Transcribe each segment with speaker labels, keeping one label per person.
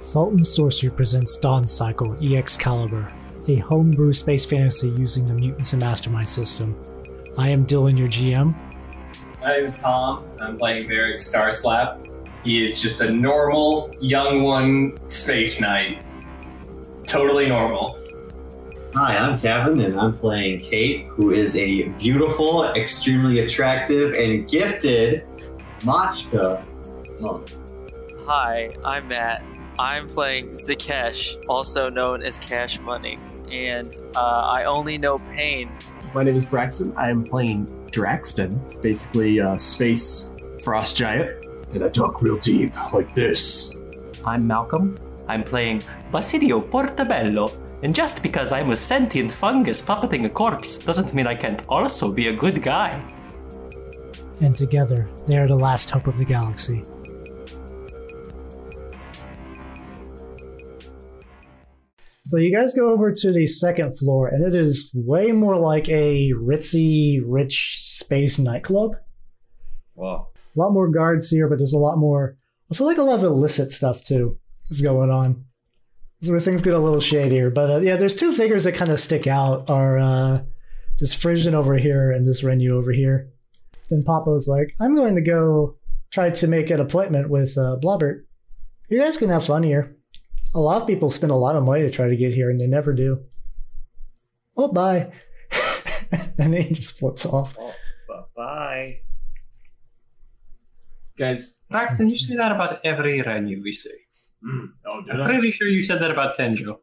Speaker 1: Salt and Sorcery presents Dawn Cycle Excalibur, a homebrew space fantasy using the Mutants and Mastermind system. I am Dylan, your GM.
Speaker 2: My name is Tom. I'm playing Varric Starslap. He is just a normal young one space knight. Totally normal.
Speaker 3: Hi, I'm Kevin, and I'm playing Kate, who is a beautiful, extremely attractive, and gifted Machka. Oh,
Speaker 4: Hi, I'm Matt. I'm playing Zakesh, also known as Cash Money, and uh, I only know pain.
Speaker 5: My name is Braxton. I am playing Draxton, basically a space frost giant. And I talk real deep, like this.
Speaker 6: I'm Malcolm. I'm playing Basilio Portabello, and just because I'm a sentient fungus puppeting a corpse doesn't mean I can't also be a good guy.
Speaker 1: And together, they are the last hope of the galaxy. So you guys go over to the second floor, and it is way more like a ritzy, rich space nightclub.
Speaker 2: Wow.
Speaker 1: A lot more guards here, but there's a lot more. Also, like a lot of illicit stuff too is going on. This is where things get a little shadier. But uh, yeah, there's two figures that kind of stick out: are uh, this Frisian over here and this Renu over here. Then Papo's like, "I'm going to go try to make an appointment with uh, Blobbert. You guys can have fun here. A lot of people spend a lot of money to try to get here, and they never do. Oh, bye." and then he just floats off.
Speaker 7: Bye. Guys, Braxton, you say that about every Renu we see.
Speaker 8: Hmm.
Speaker 5: Oh, did
Speaker 7: I'm pretty sure you said that about Tenjo.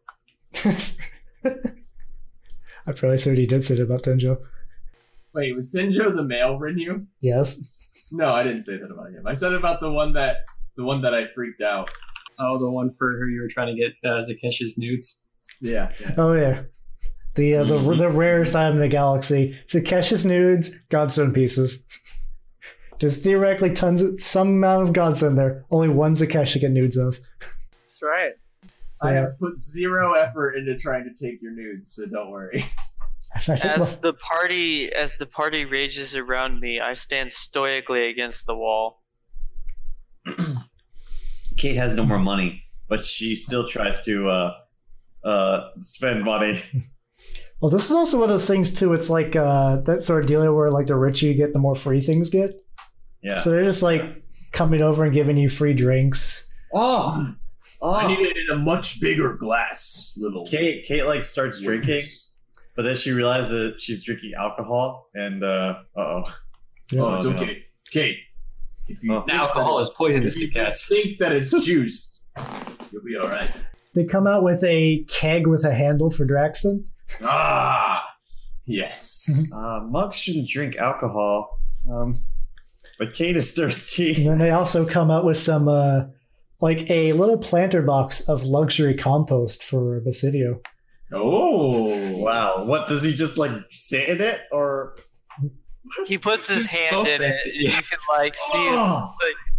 Speaker 1: I probably certainly did say that about Tenjo.
Speaker 8: Wait, was Denjo the male Renew?
Speaker 1: Yes.
Speaker 8: No, I didn't say that about him. I said about the one that the one that I freaked out.
Speaker 7: Oh, the one for who you were trying to get uh, Zakesh's nudes.
Speaker 8: Yeah. yeah.
Speaker 1: Oh yeah. The uh, the the rarest item in the galaxy. Sakesh's nudes, Godstone pieces. There's theoretically tons of some amount of Godstone there. Only one Zakesh should get nudes of.
Speaker 4: That's right.
Speaker 1: So
Speaker 8: I have put zero effort into trying to take your nudes, so don't worry.
Speaker 1: I think
Speaker 4: As the party as the party rages around me, I stand stoically against the wall.
Speaker 3: Kate has no more money, but she still tries to uh, uh, spend money.
Speaker 1: Well, this is also one of those things too. It's like uh, that sort of deal where like the richer you get, the more free things get.
Speaker 3: Yeah.
Speaker 1: So they're just like coming over and giving you free drinks.
Speaker 8: Oh,
Speaker 5: I
Speaker 8: oh.
Speaker 5: need it in a much bigger glass, little.
Speaker 3: Kate, Kate like starts drinking, but then she realizes that she's drinking alcohol, and uh oh.
Speaker 1: Yeah.
Speaker 5: Oh, it's
Speaker 3: Oh, no.
Speaker 5: okay. Kate, if you,
Speaker 3: Oh.
Speaker 7: The alcohol is poisonous
Speaker 5: if
Speaker 7: to
Speaker 5: you just
Speaker 7: cats.
Speaker 5: think that it's juice, you'll be all right.
Speaker 1: They come out with a keg with a handle for Draxton.
Speaker 5: Ah, yes.
Speaker 3: Uh, monks shouldn't drink alcohol. Um, but Kate is thirsty.
Speaker 1: And then they also come out with some, uh, like a little planter box of luxury compost for Basidio.
Speaker 5: oh,
Speaker 3: Wow. What does he just like sit in it or?
Speaker 4: He puts his
Speaker 7: So
Speaker 4: hand in it,
Speaker 7: fancy.
Speaker 4: and you can like see. it.
Speaker 3: Oh,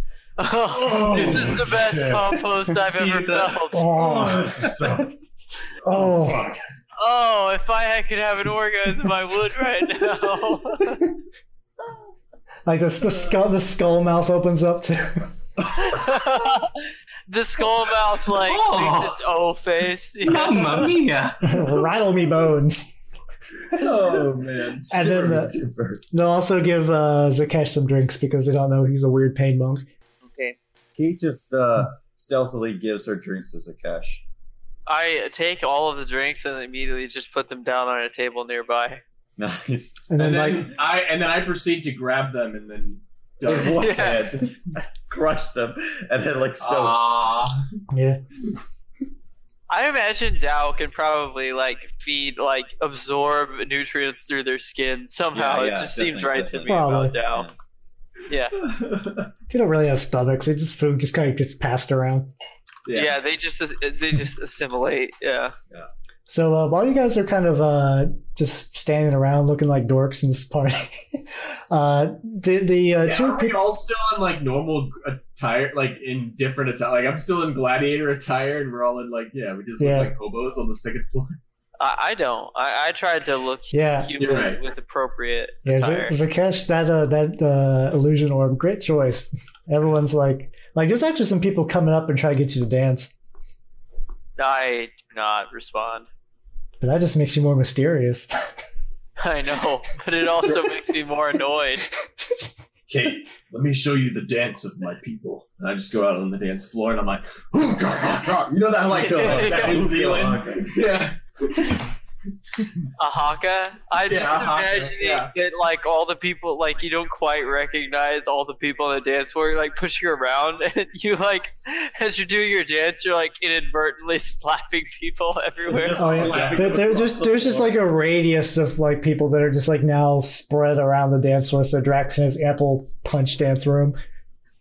Speaker 4: Oh, this is the best
Speaker 3: shit.
Speaker 4: compost I've
Speaker 7: See
Speaker 4: ever
Speaker 7: that?
Speaker 4: felt.
Speaker 3: oh,
Speaker 1: Oh,
Speaker 4: Oh, if I could have an orgasm, I would right now.
Speaker 1: like this, the skull, the skull mouth opens up to.
Speaker 4: the skull mouth like
Speaker 7: Oh.
Speaker 4: makes its O face.
Speaker 7: Mamma mia!
Speaker 1: rattle me bones.
Speaker 8: oh man.
Speaker 1: And then the, they'll also give uh, Zakesh some drinks because they don't know he's a weird pain monk.
Speaker 4: Okay.
Speaker 3: Kate just uh, stealthily gives her drinks as a cash.
Speaker 4: I take all of the drinks and immediately just put them down on a table nearby.
Speaker 3: Nice.
Speaker 1: And then,
Speaker 8: And then
Speaker 1: like,
Speaker 8: I and then I proceed to grab them and then
Speaker 3: In one
Speaker 4: Yeah.
Speaker 3: hand, crush them, and then like so.
Speaker 7: Ah,
Speaker 1: yeah,
Speaker 4: I imagine Dow can probably like feed, like absorb nutrients through their skin somehow.
Speaker 3: Yeah, yeah,
Speaker 4: it just seems
Speaker 3: definitely,
Speaker 4: right
Speaker 3: definitely.
Speaker 4: to me
Speaker 1: Probably.
Speaker 4: about Dow. Yeah.
Speaker 1: they don't really have stomachs. They just food just kind of gets passed around.
Speaker 4: yeah, They just they just assimilate. Yeah.
Speaker 1: So uh, while you guys are kind of uh, just standing around looking like dorks in this party, uh, the the uh,
Speaker 8: yeah,
Speaker 1: two
Speaker 8: are we
Speaker 1: people.
Speaker 8: all still on like normal attire, like in different attire? Like I'm still in gladiator attire, and we're all in like yeah, we just
Speaker 1: Yeah.
Speaker 8: look like hobos on the second floor.
Speaker 4: I, I don't. I, I tried to look
Speaker 1: Yeah,
Speaker 4: human
Speaker 8: You're right.
Speaker 4: with appropriate
Speaker 1: Yeah, Z-
Speaker 4: attire.
Speaker 1: Zakesh, that uh, that uh, illusion orb, great choice. Everyone's like, like there's actually some people coming up and try to get you to dance.
Speaker 4: I do not respond.
Speaker 1: But that just makes you more mysterious.
Speaker 4: I know, but it also makes me more annoyed.
Speaker 8: Kate, let me show you the dance of my people. And I just go out on the dance floor and I'm like, "Ooh, God, God, God." you know that like uh, that New
Speaker 3: Oh,
Speaker 8: Zealand. Yeah.
Speaker 4: Ahaka? I just
Speaker 8: Yeah, Ahaka,
Speaker 4: imagine
Speaker 8: yeah.
Speaker 4: that like all the people like you don't quite recognize all the people on the dance floor, you're like pushing around and you like as you're doing your dance, you're like inadvertently slapping people everywhere.
Speaker 8: Just
Speaker 1: Oh, yeah.
Speaker 8: slapping
Speaker 1: There,
Speaker 8: them
Speaker 1: there-
Speaker 8: across
Speaker 1: just
Speaker 8: the
Speaker 1: there's just
Speaker 8: floor.
Speaker 1: like a radius of like people that are just like now spread around the dance floor. So Drax has ample punch dance room.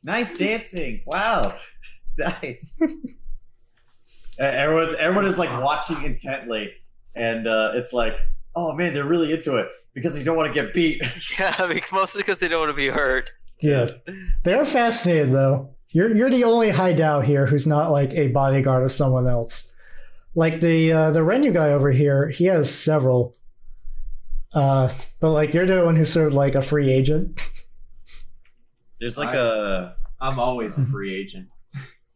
Speaker 3: Nice dancing. Wow. Nice. E- everyone, everyone is like watching intently, and uh, it's like, oh man, they're really into it because they don't want to get beat.
Speaker 4: yeah, I mean, mostly because they don't want to be hurt.
Speaker 1: Yeah, they're fascinated though. You're you're the only hideout here who's not like a bodyguard of someone else. Like the uh, the Renu guy over here, he has several. Uh, but like you're the one who's sort of like a free agent.
Speaker 3: There's like a
Speaker 8: I'm always a free agent.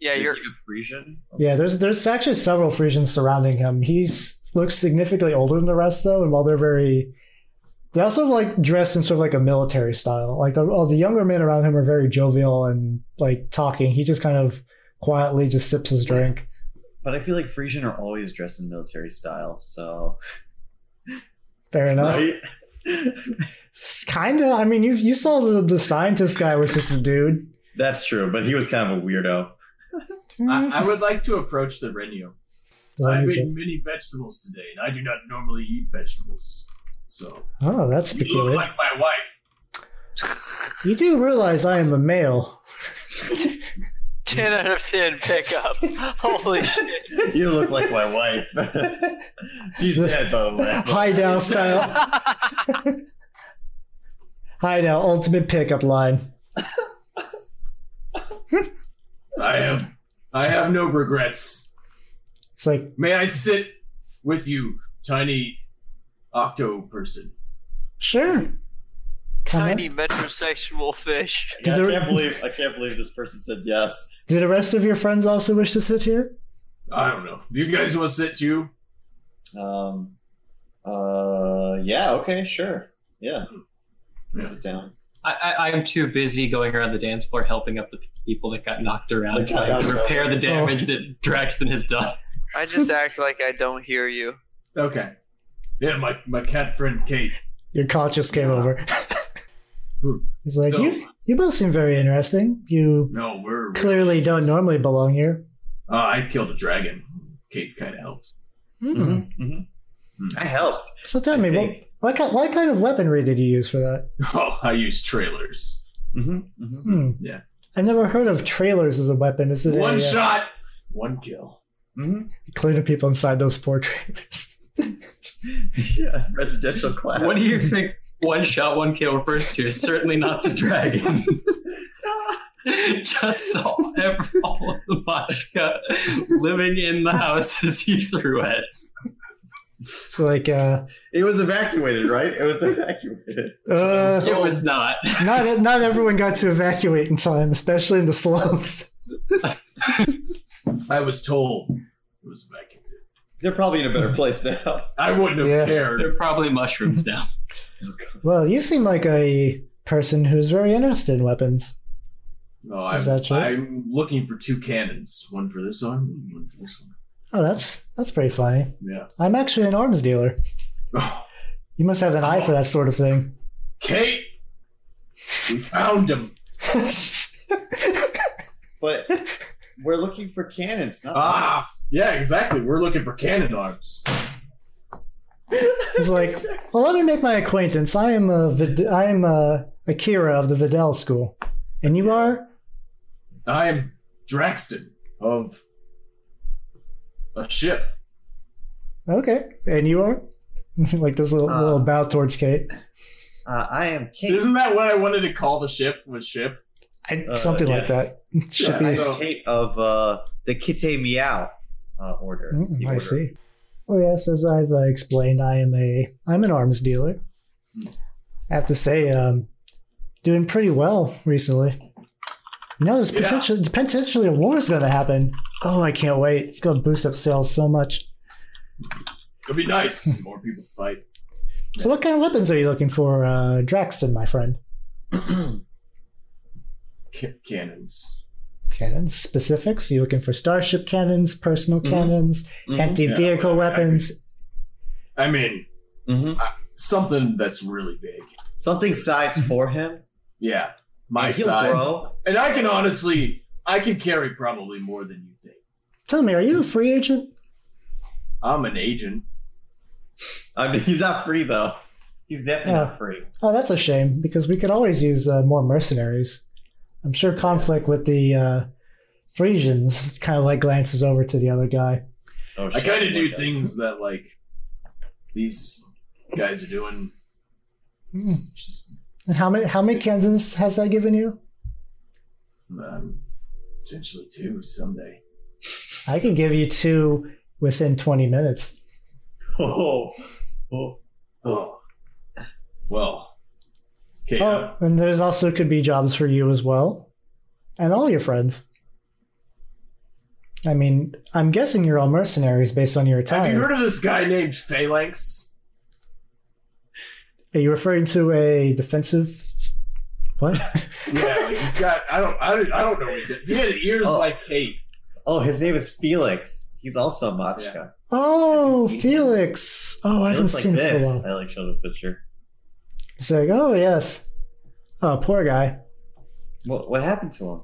Speaker 4: Yeah,
Speaker 3: there's
Speaker 4: you're
Speaker 3: like a Frisian.
Speaker 1: Yeah, there's there's actually several Frisians surrounding him. He's looks significantly older than the rest though, and while they're very they also like dress in sort of like a military style. Like the, all the younger men around him are very jovial and like talking. He just kind of quietly just sips his drink.
Speaker 3: But I feel like Frisian are always dressed in military style, so
Speaker 1: Fair enough.
Speaker 3: right?
Speaker 1: Kind of. I mean, you you saw the, the scientist guy was just a dude.
Speaker 3: That's true, but he was kind of a weirdo.
Speaker 8: I, I would like to approach the Renu.
Speaker 1: Hmm. What
Speaker 8: I
Speaker 1: is it?
Speaker 8: made many vegetables today, and I do not normally eat vegetables. So
Speaker 1: oh, that's
Speaker 8: you look
Speaker 1: peculiar.
Speaker 8: like my wife.
Speaker 1: you do realize I am a male.
Speaker 4: ten out of ten pickup. Holy shit!
Speaker 3: You look like my wife. She's dead, by the way.
Speaker 1: Hideout style. Hideout ultimate pickup line.
Speaker 8: I have, I have no regrets.
Speaker 1: It's like
Speaker 8: May I sit with you, tiny octo person?
Speaker 1: sure.
Speaker 8: Uh-huh.
Speaker 1: Come
Speaker 4: Tiny
Speaker 1: in.
Speaker 4: metrosexual fish.
Speaker 1: Did the-
Speaker 3: I can't believe I can't believe this person said yes.
Speaker 1: Do the rest of your friends also wish to sit here?
Speaker 8: I don't know. Do you guys want to sit too?
Speaker 3: Um, uh, yeah, okay, sure. Yeah.
Speaker 8: Yeah.
Speaker 3: Sit down.
Speaker 7: I, I, I'm too busy going around the dance floor helping up the people that got knocked around,
Speaker 3: That got
Speaker 7: trying to
Speaker 3: knocked
Speaker 7: repair the
Speaker 1: around.
Speaker 7: damage that Draxton has done.
Speaker 4: I just act like I don't hear you.
Speaker 8: Okay. Yeah, my, my cat friend Kate.
Speaker 1: Your conscience came over. He's like,
Speaker 8: No.
Speaker 1: you you both seem very interesting. You
Speaker 8: No, we're. we're-
Speaker 1: clearly don't normally belong here.
Speaker 8: Uh, I killed a dragon. Kate kind of helped.
Speaker 1: Hmm.
Speaker 3: I helped.
Speaker 1: So tell
Speaker 3: I
Speaker 1: me, what,
Speaker 3: think.
Speaker 1: what, ki- what kind of weaponry did you use for that?
Speaker 8: Oh, I use trailers.
Speaker 3: Mm-hmm, mm-hmm.
Speaker 1: Hmm.
Speaker 8: Yeah.
Speaker 1: I've never heard of trailers as a weapon. Is it
Speaker 8: One
Speaker 1: a, uh,
Speaker 8: shot, one kill.
Speaker 1: including people inside those poor trailers?
Speaker 3: Yeah, residential class.
Speaker 7: What do you think one shot, one kill refers to? Certainly not the dragon. Just all, every, all of the Mashka living in the houses he threw at.
Speaker 1: So like, uh,
Speaker 3: It was evacuated, right? It was evacuated.
Speaker 1: uh,
Speaker 7: It was not.
Speaker 1: not not everyone got to evacuate in time, especially in the slums.
Speaker 8: I was told it was evacuated.
Speaker 3: They're probably in a better place now.
Speaker 8: I wouldn't have
Speaker 1: Yeah.
Speaker 8: cared.
Speaker 7: They're probably mushrooms now.
Speaker 1: Well, you seem like a person who's very interested in weapons.
Speaker 8: No, I'm,
Speaker 1: Is that true?
Speaker 8: I'm looking for two cannons. One for this arm and one for this one.
Speaker 1: Oh, that's that's pretty funny.
Speaker 8: Yeah.
Speaker 1: I'm actually an arms dealer.
Speaker 8: Oh,
Speaker 1: You must have an eye for that sort of thing.
Speaker 8: Kate! We found him!
Speaker 3: But we're looking for cannons, not
Speaker 8: Ah! Yeah, exactly. We're looking for cannon arms.
Speaker 1: He's like, well, let me make my acquaintance. I am a Vid- I am a Akira of the Vidal School, and you are.
Speaker 8: I am Draxton of a ship.
Speaker 1: Okay. And you are? like this little,
Speaker 3: Uh.
Speaker 1: little bow towards Kate.
Speaker 3: Uh, I am Kate.
Speaker 8: Isn't that what I wanted to call the ship? Was ship?
Speaker 1: I,
Speaker 3: Uh,
Speaker 1: something like that. Should
Speaker 8: Yeah,
Speaker 1: be.
Speaker 3: I
Speaker 8: so-
Speaker 3: am Kate of uh, the Kite Meow uh, order.
Speaker 1: Mm,
Speaker 3: The
Speaker 1: I
Speaker 3: order.
Speaker 1: see. Oh yes, as I've uh, explained, I am a I'm an arms dealer. I have to say, um, doing pretty well recently. You know, there's
Speaker 8: Yeah.
Speaker 1: potentially potentially a war is going to happen. Oh, I can't wait! It's going to boost up sales so much.
Speaker 8: It'd be nice. More people fight.
Speaker 1: So, what kind of weapons are you looking for, uh, Draxton, my friend?
Speaker 8: Ca- cannons.
Speaker 1: Cannons specifics? Are you looking for starship cannons, personal
Speaker 8: Mhm.
Speaker 1: cannons,
Speaker 3: Mm-hmm.
Speaker 1: anti-vehicle
Speaker 8: Yeah, whatever.
Speaker 1: weapons?
Speaker 8: I mean,
Speaker 3: Mhm.
Speaker 8: mm-hmm. something that's really big.
Speaker 3: Something sized for him.
Speaker 8: Yeah, my
Speaker 3: He'll
Speaker 8: size.
Speaker 3: grow.
Speaker 8: And I can honestly, I can carry probably more than you think.
Speaker 1: Tell me, are you a free agent?
Speaker 8: I'm an agent.
Speaker 3: I mean, he's not free though. He's definitely
Speaker 1: Yeah.
Speaker 3: not free.
Speaker 1: Oh, that's a shame because we could always use uh, more mercenaries. I'm sure conflict with the uh, Frisians kind of like glances over to the other guy.
Speaker 3: Oh,
Speaker 8: I
Speaker 3: shit.
Speaker 8: kind of do things that like these guys are doing.
Speaker 1: Hmm.
Speaker 8: It's Just
Speaker 1: And how many how many cannons has that given you?
Speaker 8: um, potentially two someday.
Speaker 1: I can give you two within 20 minutes.
Speaker 3: Oh, oh.
Speaker 8: Oh, well. Okay. uh,
Speaker 1: Oh, and there's also could be jobs for you as well, and all your friends. I mean, I'm guessing you're all mercenaries based on your attire.
Speaker 8: have you heard of this guy named Phalanx?
Speaker 1: Are you referring to a defensive? What?
Speaker 8: Yeah, like he's got. I don't. I don't, I don't know what he did. He had ears
Speaker 3: Oh.
Speaker 8: like hate.
Speaker 3: oh, his name is Felix. He's also a Machka.
Speaker 1: oh,
Speaker 3: seen him?
Speaker 1: Felix! Oh, I
Speaker 3: He
Speaker 1: haven't
Speaker 3: looks like
Speaker 1: seen him for a
Speaker 3: this.
Speaker 1: while.
Speaker 3: I like showed the picture.
Speaker 1: It's like, oh yes, oh poor guy
Speaker 3: What, what happened to him?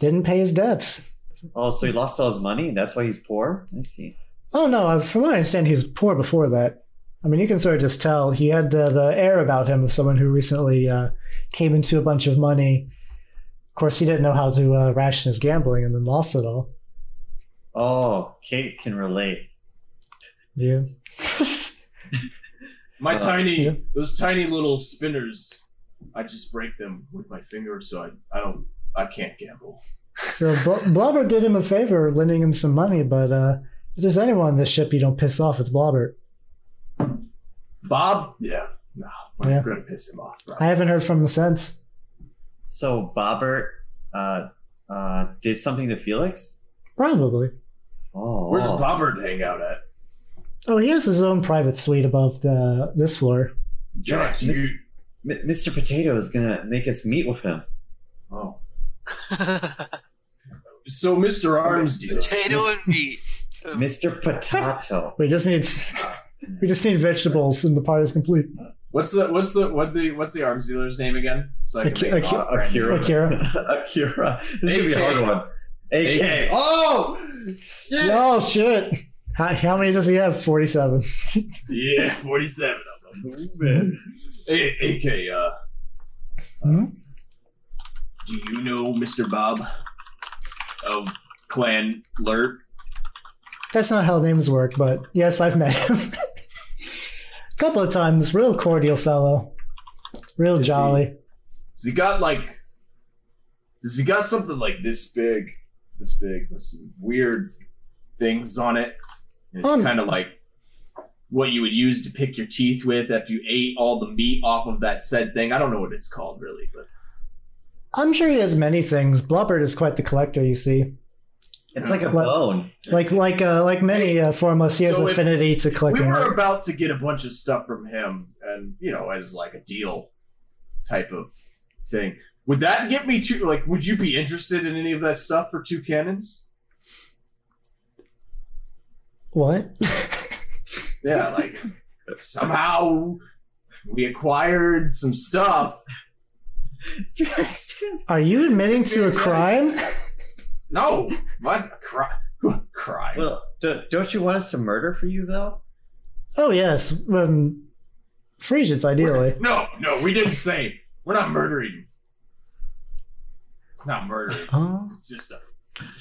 Speaker 1: didn't pay his debts.
Speaker 3: Oh, so he lost all his money. That's why he's poor. I see.
Speaker 1: Oh no, from what I understand, he's poor before that. I mean, you can sort of just tell he had that uh, air about him of someone who recently uh, came into a bunch of money. Of course, he didn't know how to uh, ration his gambling and then lost it all.
Speaker 3: Oh, Kate can relate.
Speaker 1: Yeah.
Speaker 8: My
Speaker 3: Uh,
Speaker 8: tiny,
Speaker 1: yeah.
Speaker 8: those tiny little spinners, I just break them with my finger, so I, I don't, I can't gamble.
Speaker 1: so Bl- Blobber did him a favor, lending him some money. But uh, if there's anyone on this ship you don't piss off, it's Blobber.
Speaker 8: Bob? Yeah, no, I'm
Speaker 1: Yeah.
Speaker 8: gonna piss him off. bro.
Speaker 1: I haven't heard from him since.
Speaker 3: So Bobbert uh, uh, did something to Felix.
Speaker 1: Probably.
Speaker 3: Oh,
Speaker 8: Where's Bobbert hang out at?
Speaker 1: Oh, he has his own private suite above the this floor.
Speaker 8: Josh,
Speaker 3: Miss-
Speaker 8: you,
Speaker 3: M- Mr. Potato is gonna make us meet with him.
Speaker 8: oh. So Mr. Arms dealer.
Speaker 4: Potato and meat.
Speaker 3: Mr. Potato.
Speaker 1: We just need we just need vegetables, and the party's complete.
Speaker 8: What's the what's the what the what's the arms dealer's name again? So I can
Speaker 1: Aki-
Speaker 8: make
Speaker 1: Aki-
Speaker 8: off brand
Speaker 3: Akira.
Speaker 1: Akira.
Speaker 3: Akira. This is gonna be a
Speaker 8: AK.
Speaker 3: hard one. AK.
Speaker 8: AK.
Speaker 3: Oh shit!
Speaker 1: Oh shit! How, how many does he have? Forty-seven.
Speaker 8: Yeah, forty-seven of them. A- AK, uh,
Speaker 1: Hmm?
Speaker 8: do you know Mr. Bob of Clan Lurp?
Speaker 1: That's not how names work, but yes, I've met him a couple of times. Real cordial fellow, real
Speaker 8: Is he-
Speaker 1: jolly.
Speaker 8: Does he got like? Does he got something like this big, this big with some weird things on it? And it's
Speaker 1: Um.
Speaker 8: kind of like what you would use to pick your teeth with after you ate all the meat off of that said thing. I don't know what it's called really, but
Speaker 1: I'm sure he has many things. Blubbert is quite the collector, you see.
Speaker 3: It's like a
Speaker 1: What?
Speaker 3: bone.
Speaker 1: Like like uh, like many uh, foremost, he has
Speaker 8: So if
Speaker 1: affinity to
Speaker 8: we
Speaker 1: collecting.
Speaker 8: were
Speaker 1: art.
Speaker 8: about to get a bunch of stuff from him, and you know, as like a deal type of thing. Would that get me to like? Would you be interested in any of that stuff for two cannons?
Speaker 1: What?
Speaker 8: Yeah, like somehow we acquired some stuff.
Speaker 1: Are you admitting to a crime?
Speaker 8: No, what cry? Cry.
Speaker 3: Well, do, don't you want us to murder for you though?
Speaker 1: Oh yes, um, Frisians ideally.
Speaker 8: no, no, we didn't say we're not murdering. It's not murdering.
Speaker 1: Oh,
Speaker 8: It's just a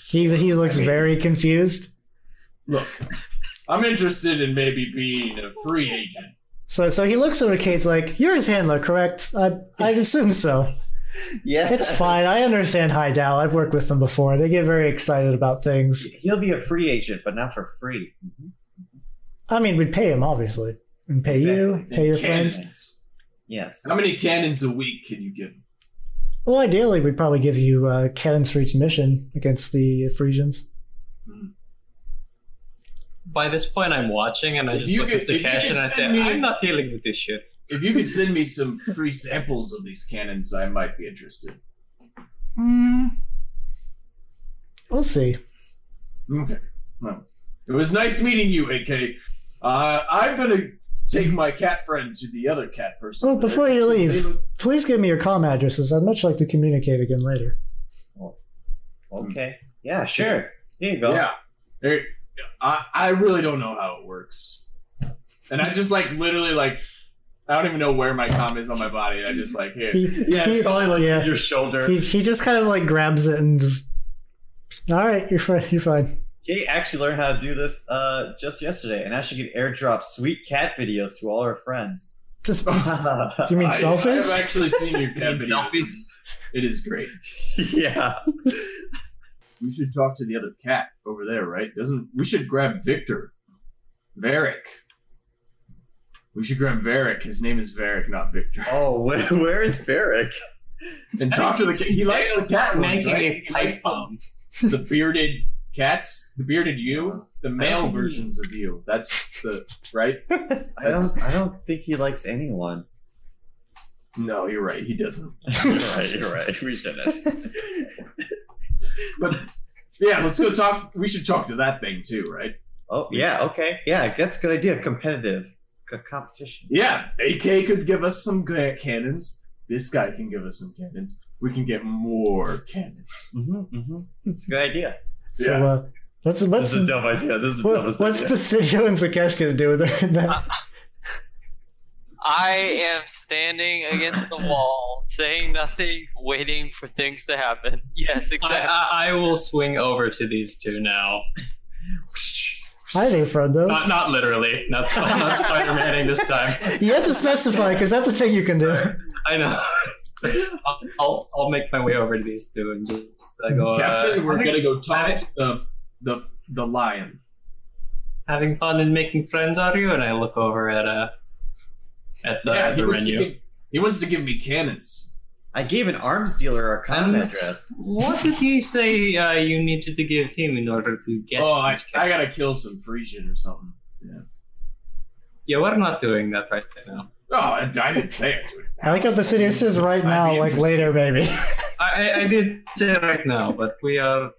Speaker 1: he he looks very confused.
Speaker 8: look. I'm interested in maybe being a free agent.
Speaker 1: So so he looks over at Kate's like, "You're his handler, correct? I I assume so.
Speaker 3: Yeah.
Speaker 1: It's fine. I understand Highdow. I've worked with them before. They get very excited about things.
Speaker 3: He'll be a free agent, but not for free.
Speaker 1: I mean, we'd pay him obviously, and pay you,
Speaker 8: Exactly.
Speaker 1: pay your
Speaker 8: Cannons.
Speaker 1: friends.
Speaker 3: Yes.
Speaker 8: How many cannons a week can you give?
Speaker 1: Well, ideally, we'd probably give you uh, cannons for each mission against the Frisians.
Speaker 7: By this point, I'm watching and I
Speaker 8: If
Speaker 7: just
Speaker 8: you
Speaker 7: look
Speaker 8: could-
Speaker 7: at
Speaker 8: if you
Speaker 7: Takeshi
Speaker 8: could
Speaker 7: and I say,
Speaker 8: send me-
Speaker 7: I'm not dealing with this shit.
Speaker 8: If you could send me some free samples of these cannons, I might be interested.
Speaker 3: Mm.
Speaker 1: We'll see.
Speaker 8: Okay. Well, it was nice meeting you, AK. Uh, I'm gonna take my cat friend to the other cat person.
Speaker 1: Oh, before you
Speaker 8: They
Speaker 1: leave.
Speaker 8: look-
Speaker 1: Please give me your com addresses. I'd much like to communicate again later.
Speaker 3: Okay. Yeah, sure. Here you go.
Speaker 8: Yeah. There- I, I really don't know how it works. And I just like literally like I don't even know where my com is on my body. I just like here.
Speaker 1: He,
Speaker 3: Yeah, it's
Speaker 1: he,
Speaker 3: probably like
Speaker 1: yeah.
Speaker 3: your shoulder.
Speaker 1: he, he just kind of like grabs it and just. All right, you're fine. You're fine.
Speaker 3: Kate actually learned how to do this uh, just yesterday, and now she can airdrop sweet cat videos to all her friends.
Speaker 1: Just
Speaker 3: yeah,
Speaker 1: you mean
Speaker 8: I-
Speaker 1: selfies?
Speaker 8: I've actually seen your cat video.
Speaker 7: Selfies.
Speaker 8: It is great. We should talk to the other cat over there, right? Doesn't we should grab Victor. Varick. We should grab Varick. His name is Varick, not Victor.
Speaker 3: Oh, where, where is Barrick?
Speaker 8: And talk to the cat. He likes the cat ones,
Speaker 7: Making
Speaker 8: right?
Speaker 7: a
Speaker 8: He
Speaker 7: pipe
Speaker 8: likes the-
Speaker 7: bomb.
Speaker 8: the bearded cats, the bearded you, the male versions of you. That's the right.
Speaker 3: I don't. I don't think he likes anyone.
Speaker 8: No, you're right. He doesn't.
Speaker 3: you're right. You're right. We shouldn't.
Speaker 8: But yeah, let's go talk. We should talk to that thing too, right?
Speaker 3: oh yeah. Okay. Yeah, that's a good idea. Competitive. C- competition.
Speaker 8: Yeah, AK could give us some ga- cannons. This guy can give us some cannons. We can get more cannons.
Speaker 3: hmm hmm It's a good idea.
Speaker 1: So uh, let's let's
Speaker 3: This is a dumb idea. This is the
Speaker 1: What-
Speaker 3: dumbest
Speaker 1: what's
Speaker 3: idea.
Speaker 1: Presidio and Zakesh gonna do with that?
Speaker 4: I am standing against the wall, saying nothing, waiting for things to happen. Yes,
Speaker 7: I,
Speaker 4: exactly.
Speaker 7: I, I will swing over to these two now.
Speaker 1: Hi there, friendos.
Speaker 7: Not, not literally. Not, Sp- not Spider Manning this time.
Speaker 1: You have to specify because that's a thing you can do.
Speaker 7: I know. I'll, I'll, I'll make my way over to these two and just I go.
Speaker 8: Captain,
Speaker 7: uh,
Speaker 8: we're gonna go talk
Speaker 7: having-
Speaker 8: to the the the lion.
Speaker 7: having fun and making friends, are you? And I look over at uh at the, at
Speaker 8: he
Speaker 7: the
Speaker 8: wants to
Speaker 7: menu.
Speaker 8: give- he wants to give me cannons.
Speaker 3: I gave an arms dealer a
Speaker 7: Um,
Speaker 3: com address.
Speaker 7: What did you say uh, you needed to give him in order to get?
Speaker 8: oh, I,
Speaker 7: these
Speaker 8: I gotta
Speaker 7: cats?
Speaker 8: kill some Frisian or something.
Speaker 7: Yeah, we're not doing that right now.
Speaker 8: Oh, I I didn't say it. dude.
Speaker 1: I like how Presidio says right
Speaker 8: Might
Speaker 1: now,
Speaker 8: be
Speaker 1: like later maybe.
Speaker 7: I, I, I did say right now, but we are.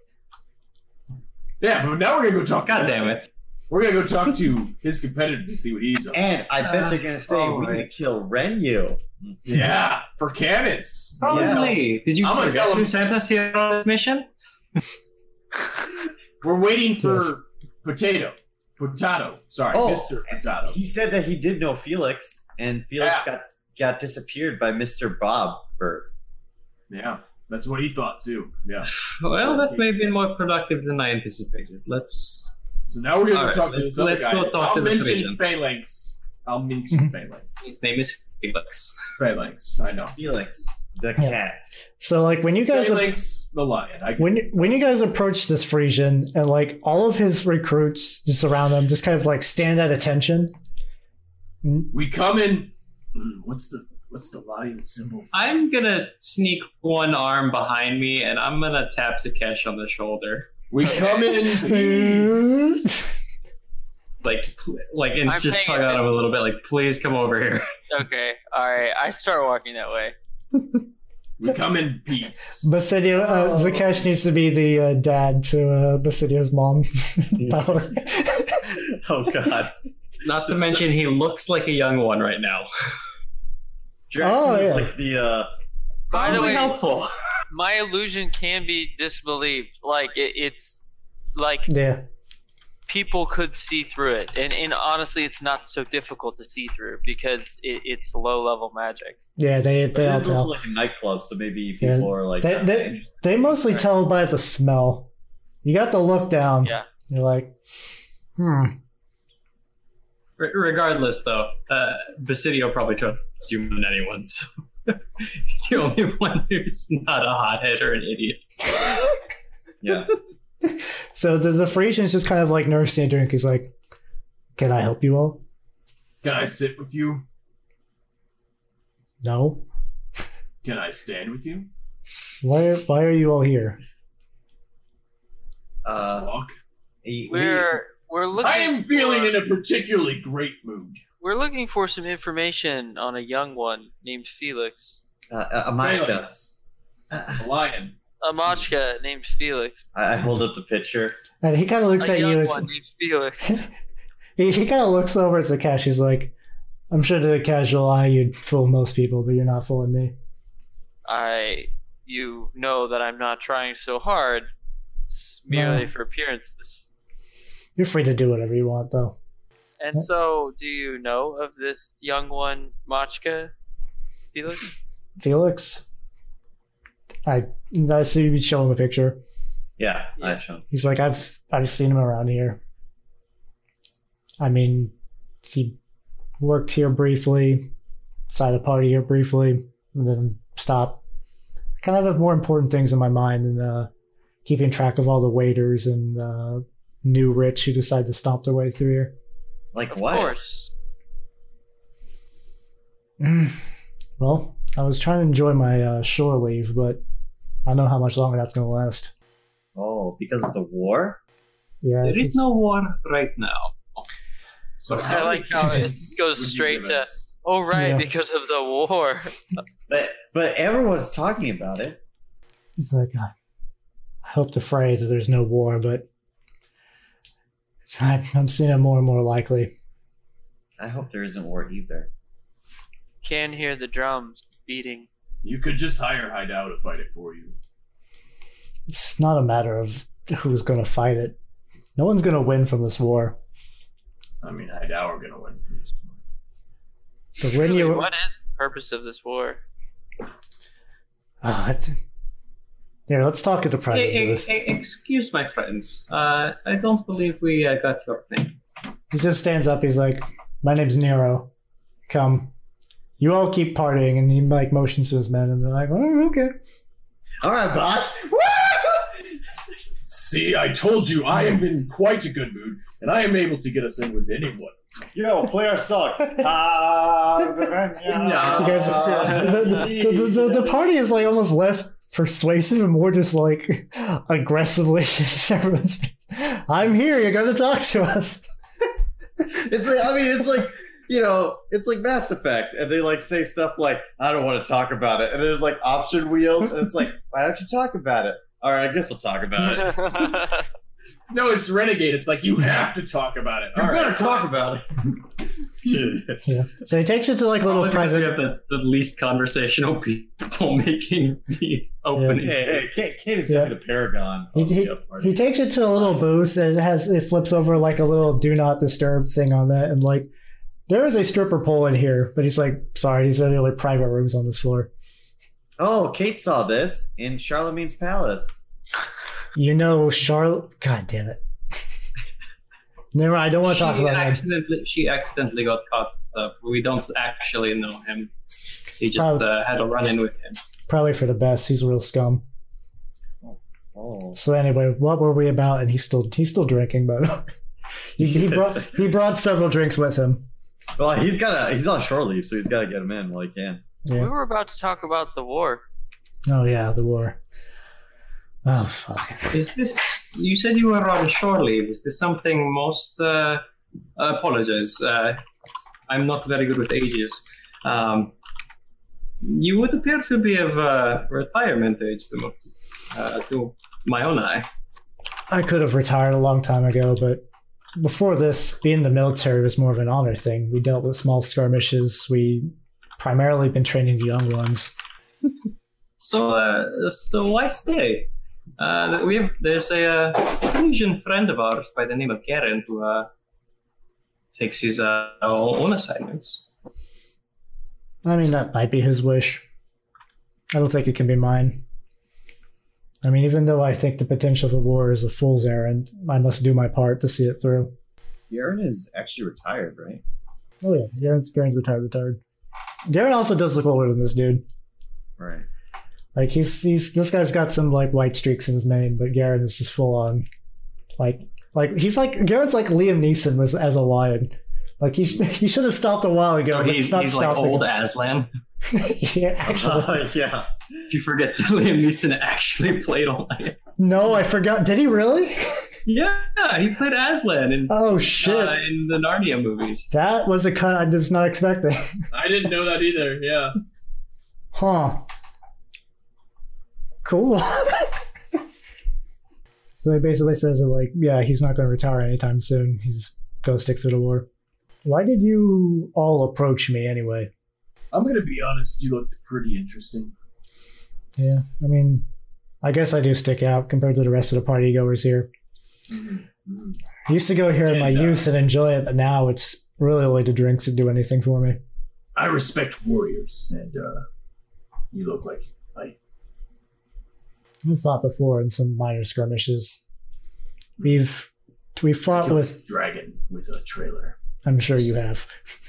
Speaker 8: Yeah, but now we're gonna go talk. to
Speaker 7: God
Speaker 8: this
Speaker 7: damn
Speaker 8: guy.
Speaker 7: it!
Speaker 8: We're gonna go talk to his competitor to see what he's up. to.
Speaker 3: And I bet they're gonna say
Speaker 7: Uh,
Speaker 3: we need
Speaker 7: alright.
Speaker 3: to kill Renu.
Speaker 8: Yeah, for cannons.
Speaker 7: Probably. Did you
Speaker 8: I'm gonna
Speaker 7: forget
Speaker 8: tell
Speaker 7: who
Speaker 8: him-
Speaker 7: sent us here on this mission?
Speaker 8: We're waiting for
Speaker 1: Yes.
Speaker 8: potato. Potato. Sorry,
Speaker 3: Oh.
Speaker 8: Mr. Potato.
Speaker 3: He said that he did know Felix, and Felix
Speaker 8: Yeah.
Speaker 3: got got disappeared by Mister Bob. Or
Speaker 8: Yeah, that's what he thought too. Yeah.
Speaker 7: Well, that may have been more productive than I anticipated. Let's.
Speaker 8: So now we're gonna
Speaker 7: All right,
Speaker 8: talk to
Speaker 7: let's-
Speaker 8: this other
Speaker 7: let's
Speaker 8: guy.
Speaker 7: go talk
Speaker 8: I'll
Speaker 7: to the
Speaker 8: mention
Speaker 7: Frisian.
Speaker 8: phalanx. I'll mention phalanx.
Speaker 7: His name is Felix.
Speaker 8: Phalanx. I know.
Speaker 3: Felix the cat.
Speaker 1: so like when you guys
Speaker 8: Phalanx, the lion. I
Speaker 1: when you- when you guys approach this Frisian and like all of his recruits just around him just kind of like stand at attention.
Speaker 8: we come in. Mm, What's the what's the lion symbol?
Speaker 7: I'm gonna sneak one arm behind me, and I'm gonna tap Zakesh on the shoulder,
Speaker 8: We come in. peace.
Speaker 7: like, pl- like, and
Speaker 4: I'm
Speaker 7: just
Speaker 4: paying
Speaker 7: tug on him a little bit, like, please come over here.
Speaker 4: okay, all right. I start walking that way.
Speaker 8: we come in peace.
Speaker 1: Basidio uh, Zakesh needs to be the uh, dad to uh, Basidio's mom. Power.
Speaker 3: Oh God,
Speaker 7: Not to mention, he looks like a young one right now.
Speaker 3: Jackson
Speaker 1: Oh,
Speaker 3: is
Speaker 1: yeah.
Speaker 3: like the uh,
Speaker 4: By the
Speaker 7: Probably
Speaker 4: way,
Speaker 7: helpful.
Speaker 4: my illusion can be disbelieved. Like it, it's like
Speaker 1: yeah.
Speaker 4: people could see through it, and and honestly, it's not so difficult to see through because it, it's low level magic.
Speaker 1: Yeah, they they all
Speaker 3: it's also
Speaker 1: tell.
Speaker 3: like a nightclub, so maybe
Speaker 1: Yeah.
Speaker 3: people are like
Speaker 1: They- they- They mostly tell by the smell. You got the look down.
Speaker 4: Yeah.
Speaker 1: You're like, hmm.
Speaker 7: Re- regardless, though, uh, Basidio probably trusts you more than anyone, so the only one who's not a hothead or an idiot.
Speaker 3: yeah.
Speaker 1: So the, the Frisian's just kind of like nursing a drink. He's like, Can I help you all?
Speaker 8: Can I sit with you?
Speaker 1: No.
Speaker 8: Can I stand with you?
Speaker 1: Why? Why are you all here?
Speaker 3: Uh,
Speaker 8: Talk.
Speaker 3: he- he-
Speaker 4: We're we're looking.
Speaker 8: I am feeling
Speaker 4: for,
Speaker 8: in a particularly great mood.
Speaker 4: We're looking for some information on a young one named Felix.
Speaker 3: uh, uh, Amashka.
Speaker 8: Felix,
Speaker 3: I,
Speaker 8: the lion.
Speaker 4: A Machka named Felix.
Speaker 3: I hold up the picture.
Speaker 1: And he kind of looks
Speaker 4: a
Speaker 1: at
Speaker 4: young
Speaker 1: you.
Speaker 4: one
Speaker 1: It's,
Speaker 4: named Felix.
Speaker 1: he he kind of looks over at Zakash. He's like, "I'm sure to the casual eye, you'd fool most people, but you're not fooling me."
Speaker 4: I, you know that I'm not trying so hard. It's merely
Speaker 1: No.
Speaker 4: for appearances.
Speaker 1: You're free to do whatever you want, though.
Speaker 4: And so, do you know of this young one, Machka, Felix?
Speaker 1: Felix, I I see you show him a picture.
Speaker 3: Yeah, I show. him.
Speaker 1: He's like, I've I've seen him around here. I mean, he worked here briefly, side a party here briefly, and then stopped. I kind of have more important things in my mind than uh, keeping track of all the waiters and uh, new rich who decide to stomp their way through here.
Speaker 3: Like
Speaker 4: Of
Speaker 3: what?
Speaker 4: course.
Speaker 1: Well, I was trying to enjoy my uh, shore leave, but I don't know how much longer that's going to last.
Speaker 3: Oh, because of the war?
Speaker 1: Yeah,
Speaker 7: There
Speaker 1: it's
Speaker 7: is
Speaker 1: just-
Speaker 7: no war right now.
Speaker 8: So
Speaker 4: I like how it goes straight to, oh, right,
Speaker 1: Yeah.
Speaker 4: because of the war.
Speaker 3: But but everyone's talking about it.
Speaker 1: It's like, I hope to fray that there's no war, but it's not, I'm seeing it more and more likely.
Speaker 3: I hope there isn't war either.
Speaker 4: Can hear the drums beating.
Speaker 8: You could just hire Hideout to fight it for you.
Speaker 1: It's not a matter of who's going to fight it. No one's going to win from this war.
Speaker 8: I mean, Hideout are gonna win from this.
Speaker 1: The win
Speaker 4: Really,
Speaker 1: you.
Speaker 4: what is the purpose of this war?
Speaker 1: Ah, it- Here, let's talk at the private
Speaker 7: Eh, eh,
Speaker 1: booth.
Speaker 7: eh, excuse my friends. Uh, I don't believe we uh, got your name.
Speaker 1: He just stands up. He's like, "My name's Nero. Come, you all keep partying." And he like motions to his men, and they're like, "Oh, okay."
Speaker 3: All right, boss.
Speaker 8: See, I told you I am in quite a good mood, and I am able to get us in with anyone.
Speaker 3: Yo, play our song.
Speaker 1: You guys, the, the, the, the, the party is like almost less persuasive and more just like aggressively. everyone's- I'm here. You're going to talk to us.
Speaker 3: It's like I mean, it's like you know, it's like Mass Effect, and they like say stuff like, "I don't want to talk about it," and there's like option wheels, and it's like, "Why don't you talk about it?" All right, I guess I'll talk about it.
Speaker 8: No, it's renegade. It's like you have to talk about it.
Speaker 3: You
Speaker 8: All right.
Speaker 3: better talk about it.
Speaker 1: Yeah. So he takes you to like a little
Speaker 7: Only because
Speaker 1: private.
Speaker 7: We have the, the least conversational people making the
Speaker 3: Hey,
Speaker 7: opening.
Speaker 3: hey,
Speaker 7: statement.
Speaker 3: Kate, Kate is
Speaker 1: Yeah.
Speaker 3: the paragon. Oh,
Speaker 1: He-
Speaker 3: of the
Speaker 1: he-
Speaker 3: up party.
Speaker 1: He takes it to a little booth and it has it flips over like a little do not disturb thing on that and like there is a stripper pole in here, but he's like, sorry, these are the only private rooms on this floor.
Speaker 3: Oh, Kate saw this in Charlemagne's palace.
Speaker 1: You know, Charlotte. God damn it. Never mind. I don't want to talk
Speaker 7: she
Speaker 1: about that.
Speaker 7: accidentally, she accidentally got caught up. We don't actually know him. He just
Speaker 1: Probably-
Speaker 7: uh, had a run in with him.
Speaker 1: Probably for the best. He's a real scum.
Speaker 3: Oh,
Speaker 1: So anyway, what were we about? And he's still he's still drinking, but he, he brought he brought several drinks with him.
Speaker 3: well, he's got a he's on shore leave, so he's got to get him in while he can.
Speaker 4: we
Speaker 1: Yeah.
Speaker 4: were about to talk about the war.
Speaker 1: Oh yeah, the war. Oh fuck.
Speaker 7: Is this? You said you were on shore leave. Is this something most? Uh, I apologize. Uh, I'm not very good with ages. Um, you would appear to be of uh, retirement age to, mo- uh, to my own eye.
Speaker 1: I could have retired a long time ago, but before this, being in the military was more of an honor thing. We dealt with small skirmishes. We primarily been training the young ones.
Speaker 7: So, uh, so why stay? Uh, we have, there's a uh, Tunisian friend of ours by the name of Karen who uh, takes his uh, own assignments.
Speaker 1: I mean, that might be his wish. I don't think it can be mine. I mean, even though I think the potential for war is a fool's errand, I must do my part to see it through.
Speaker 3: Yaren is actually retired, right?
Speaker 1: Oh yeah, Darren's, Darren's retired. Retired. Darren also does look older than this dude.
Speaker 3: Right.
Speaker 1: Like he's he's this guy's got some like white streaks in his mane, but Garen is just full on, like like he's like Garen's like Liam Neeson was as a lion. Like he, sh- he should have stopped a while ago.
Speaker 7: so
Speaker 1: but
Speaker 7: he's,
Speaker 1: it's not
Speaker 7: he's like
Speaker 1: stopping.
Speaker 7: old Aslan.
Speaker 1: yeah, actually,
Speaker 3: yeah.
Speaker 7: You forget that Liam Neeson actually played all night.
Speaker 1: no, I forgot. Did he really?
Speaker 7: Yeah, he played Aslan in,
Speaker 1: Oh shit!
Speaker 7: uh, in the Narnia movies.
Speaker 1: that was a cut I was not expecting.
Speaker 9: I didn't know that either. Yeah.
Speaker 1: Huh. Cool. so he basically says that, like, yeah, he's not going to retire anytime soon. He's going to stick through the war. Why did you all approach me anyway?
Speaker 8: I'm gonna be honest. You look pretty interesting.
Speaker 1: Yeah, I mean, I guess I do stick out compared to the rest of the party goers here.
Speaker 8: Mm-hmm.
Speaker 1: I used to go here in my
Speaker 8: And, uh,
Speaker 1: youth and enjoy it, but now it's really only the drinks that do anything for me.
Speaker 8: I respect warriors, and uh, you look like
Speaker 1: We fought before in some minor skirmishes. We've we fought
Speaker 8: killed
Speaker 1: with
Speaker 8: a dragon with a trailer.
Speaker 1: I'm sure you have.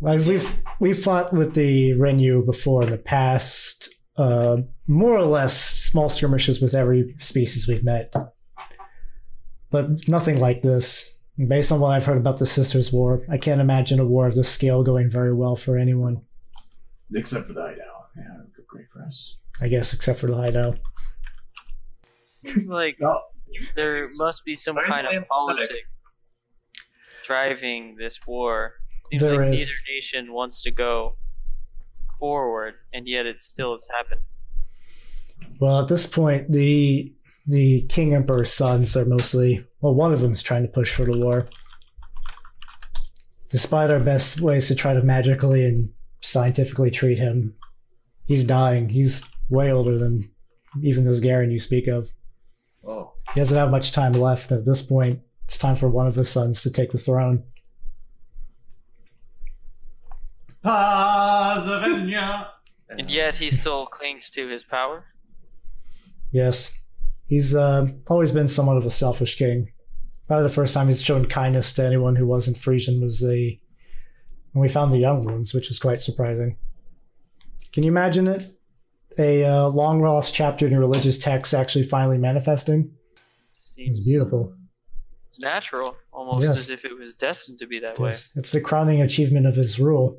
Speaker 1: Like we've we fought with the Renu before in the past, uh, more or less small skirmishes with every species we've met, but nothing like this. And Based on what I've heard about the Sisters' War, I can't imagine a war of this scale going very well for anyone.
Speaker 8: Except for the hideout. Yeah, good great for us.
Speaker 1: I guess, except for the Hideout.
Speaker 4: Like
Speaker 8: No.
Speaker 4: there must be some
Speaker 7: Why is
Speaker 4: kind
Speaker 7: Liam
Speaker 4: of
Speaker 7: pathetic?
Speaker 4: politic driving this war. Seems
Speaker 1: There
Speaker 4: like
Speaker 1: is.
Speaker 4: neither nation wants to go forward, and yet it still has happened.
Speaker 1: Well, at this point, the the King Emperor's sons are mostly well, one of them is trying to push for the war, despite our best ways to try to magically and scientifically treat him. He's dying. He's way older than even this Garen you speak of.
Speaker 3: Oh.
Speaker 1: He doesn't have much time left. At this point, it's time for one of his sons to take the throne.
Speaker 3: Hazavenya.
Speaker 4: And yet he still clings to his power.
Speaker 1: Yes. He's uh, always been somewhat of a selfish king. Probably the first time he's shown kindness to anyone who wasn't Frisian was the when we found the young ones, which is quite surprising. Can you imagine it? A uh, long lost chapter in a religious text actually finally manifesting. It's
Speaker 4: Seems
Speaker 1: beautiful.
Speaker 4: natural, almost
Speaker 1: Yes.
Speaker 4: as if it was destined to be that way.
Speaker 1: It's, it's the crowning achievement of his rule.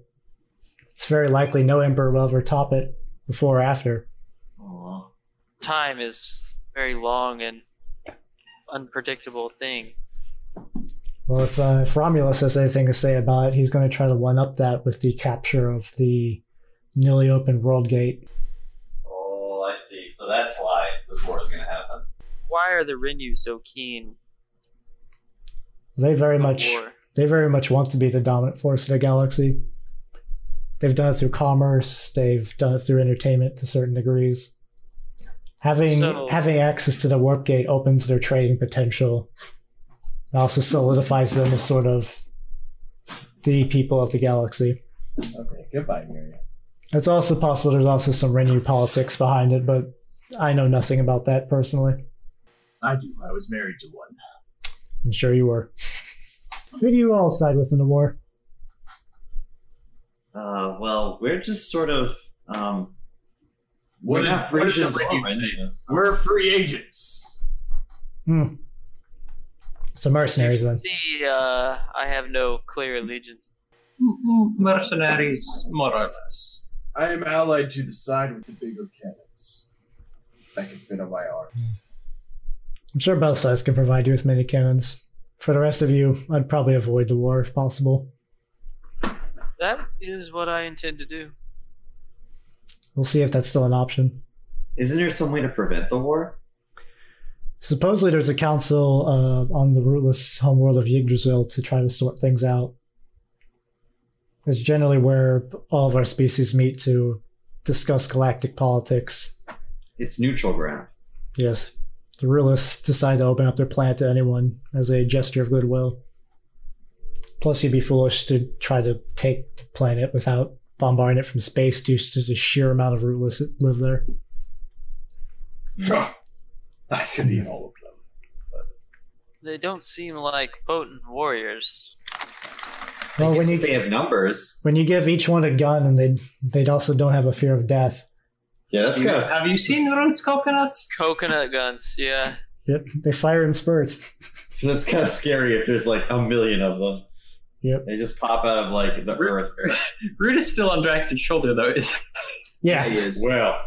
Speaker 1: It's very likely no emperor will ever top it before or after.
Speaker 8: Aw.
Speaker 4: Time is very long and unpredictable thing.
Speaker 1: Well, if, uh, if Romulus has anything to say about it, he's going to try to one up that with the capture of the newly opened world gate.
Speaker 3: Oh, I see. So that's why this war is going to happen.
Speaker 4: Why are the Renu so keen
Speaker 1: They very
Speaker 4: on
Speaker 1: much
Speaker 4: war?
Speaker 1: they very much want to be the dominant force of the galaxy. They've done it through commerce. They've done it through entertainment to certain degrees. Having
Speaker 4: So-
Speaker 1: having access to the warp gate opens their trading potential. It also solidifies them as sort of the people of the galaxy.
Speaker 3: Okay, goodbye, Miriam.
Speaker 1: It's also possible there's also some Renew politics behind it, but I know nothing about that personally.
Speaker 8: I do. I was married to one.
Speaker 1: I'm sure you were. Who do you all side with in the war?
Speaker 3: Uh, well, we're just sort of. Um,
Speaker 8: What
Speaker 3: we're
Speaker 8: did-
Speaker 3: not
Speaker 8: what did the
Speaker 3: Frisians
Speaker 8: Renu
Speaker 3: or Renu.
Speaker 8: We're free agents.
Speaker 1: Hmm. So mercenaries then.
Speaker 4: See, uh, I have no clear allegiance.
Speaker 7: M- m- Mercenaries, more or less.
Speaker 8: I am allied to the side with the bigger cannons. That can fit on my arm.
Speaker 1: I'm sure both sides can provide you with many cannons. For the rest of you, I'd probably avoid the war if possible.
Speaker 4: That is what I intend to do.
Speaker 1: We'll see if that's still an option.
Speaker 3: Isn't there some way to prevent the war?
Speaker 1: Supposedly, there's a council uh, on the rootless homeworld of Yggdrasil to try to sort things out. It's generally where all of our species meet to discuss galactic politics
Speaker 3: It's neutral ground.
Speaker 1: Yes. The realists decide to open up their planet to anyone as a gesture of goodwill. Plus, you'd be foolish to try to take the planet without bombarding it from space due to the sheer amount of rootless that live there.
Speaker 8: I could eat all of them.
Speaker 4: They don't seem like potent warriors.
Speaker 1: Well, when
Speaker 3: if
Speaker 1: you
Speaker 3: they have numbers,
Speaker 1: when you give each one a gun and they they also don't have a fear of death.
Speaker 3: yeah, that's kind of.
Speaker 7: Have you seen Roots Coconuts?
Speaker 4: Coconut guns, yeah.
Speaker 1: Yep, they fire in spurts.
Speaker 3: That's kind of scary if there's like a million of them.
Speaker 1: Yep.
Speaker 3: They just pop out of like the
Speaker 7: Re-
Speaker 3: earth.
Speaker 7: Root is still on Drax's shoulder, though. Is
Speaker 1: Yeah.
Speaker 7: he is.
Speaker 3: Well,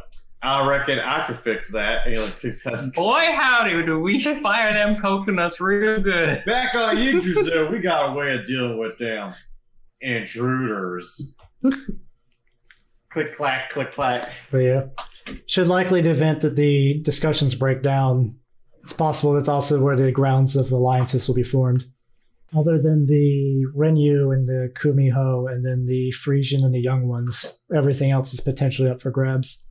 Speaker 3: I reckon I could fix that. And he like takes us
Speaker 7: Boy, howdy, do we fire them coconuts real good.
Speaker 3: back on you, Giselle. We got a way of dealing with them intruders. click clack, click clack.
Speaker 1: But yeah. Should likely to event that the discussions break down. It's possible that's also where the grounds of alliances will be formed. Other than the Renyu and the Kumiho and then the Frisian and the Young Ones, everything else is potentially up for grabs.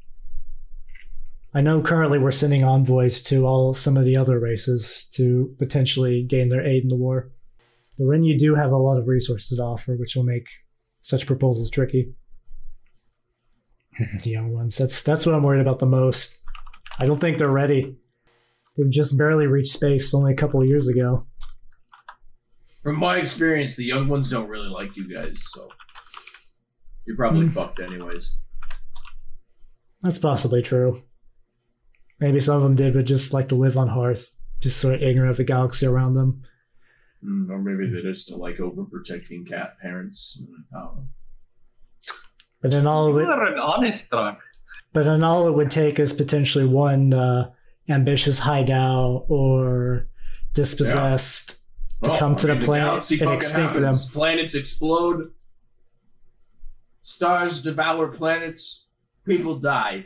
Speaker 1: I know currently we're sending envoys to all some of the other races to potentially gain their aid in the war. The Renyu do have a lot of resources to offer, which will make such proposals tricky the young ones. That's that's what I'm worried about the most. I don't think they're ready. They've just barely reached space only a couple of years ago.
Speaker 8: From my experience, the young ones don't really like you guys, so you're probably
Speaker 1: Hmm.
Speaker 8: fucked anyways.
Speaker 1: That's possibly true. Maybe some of them did, but just like to live on Hearth, just sort of ignorant of the galaxy around them.
Speaker 8: Mm, or maybe they're just like overprotecting cat parents. Hmm, I don't know.
Speaker 1: But then all of it,
Speaker 7: You're an honest drunk.
Speaker 1: but then all it would take is potentially one uh, ambitious Hydao or dispossessed. To come to the planet
Speaker 8: Oh, galaxy
Speaker 1: and
Speaker 8: fucking
Speaker 1: extinct them.
Speaker 8: happens. Planets explode. Stars devour planets. People die.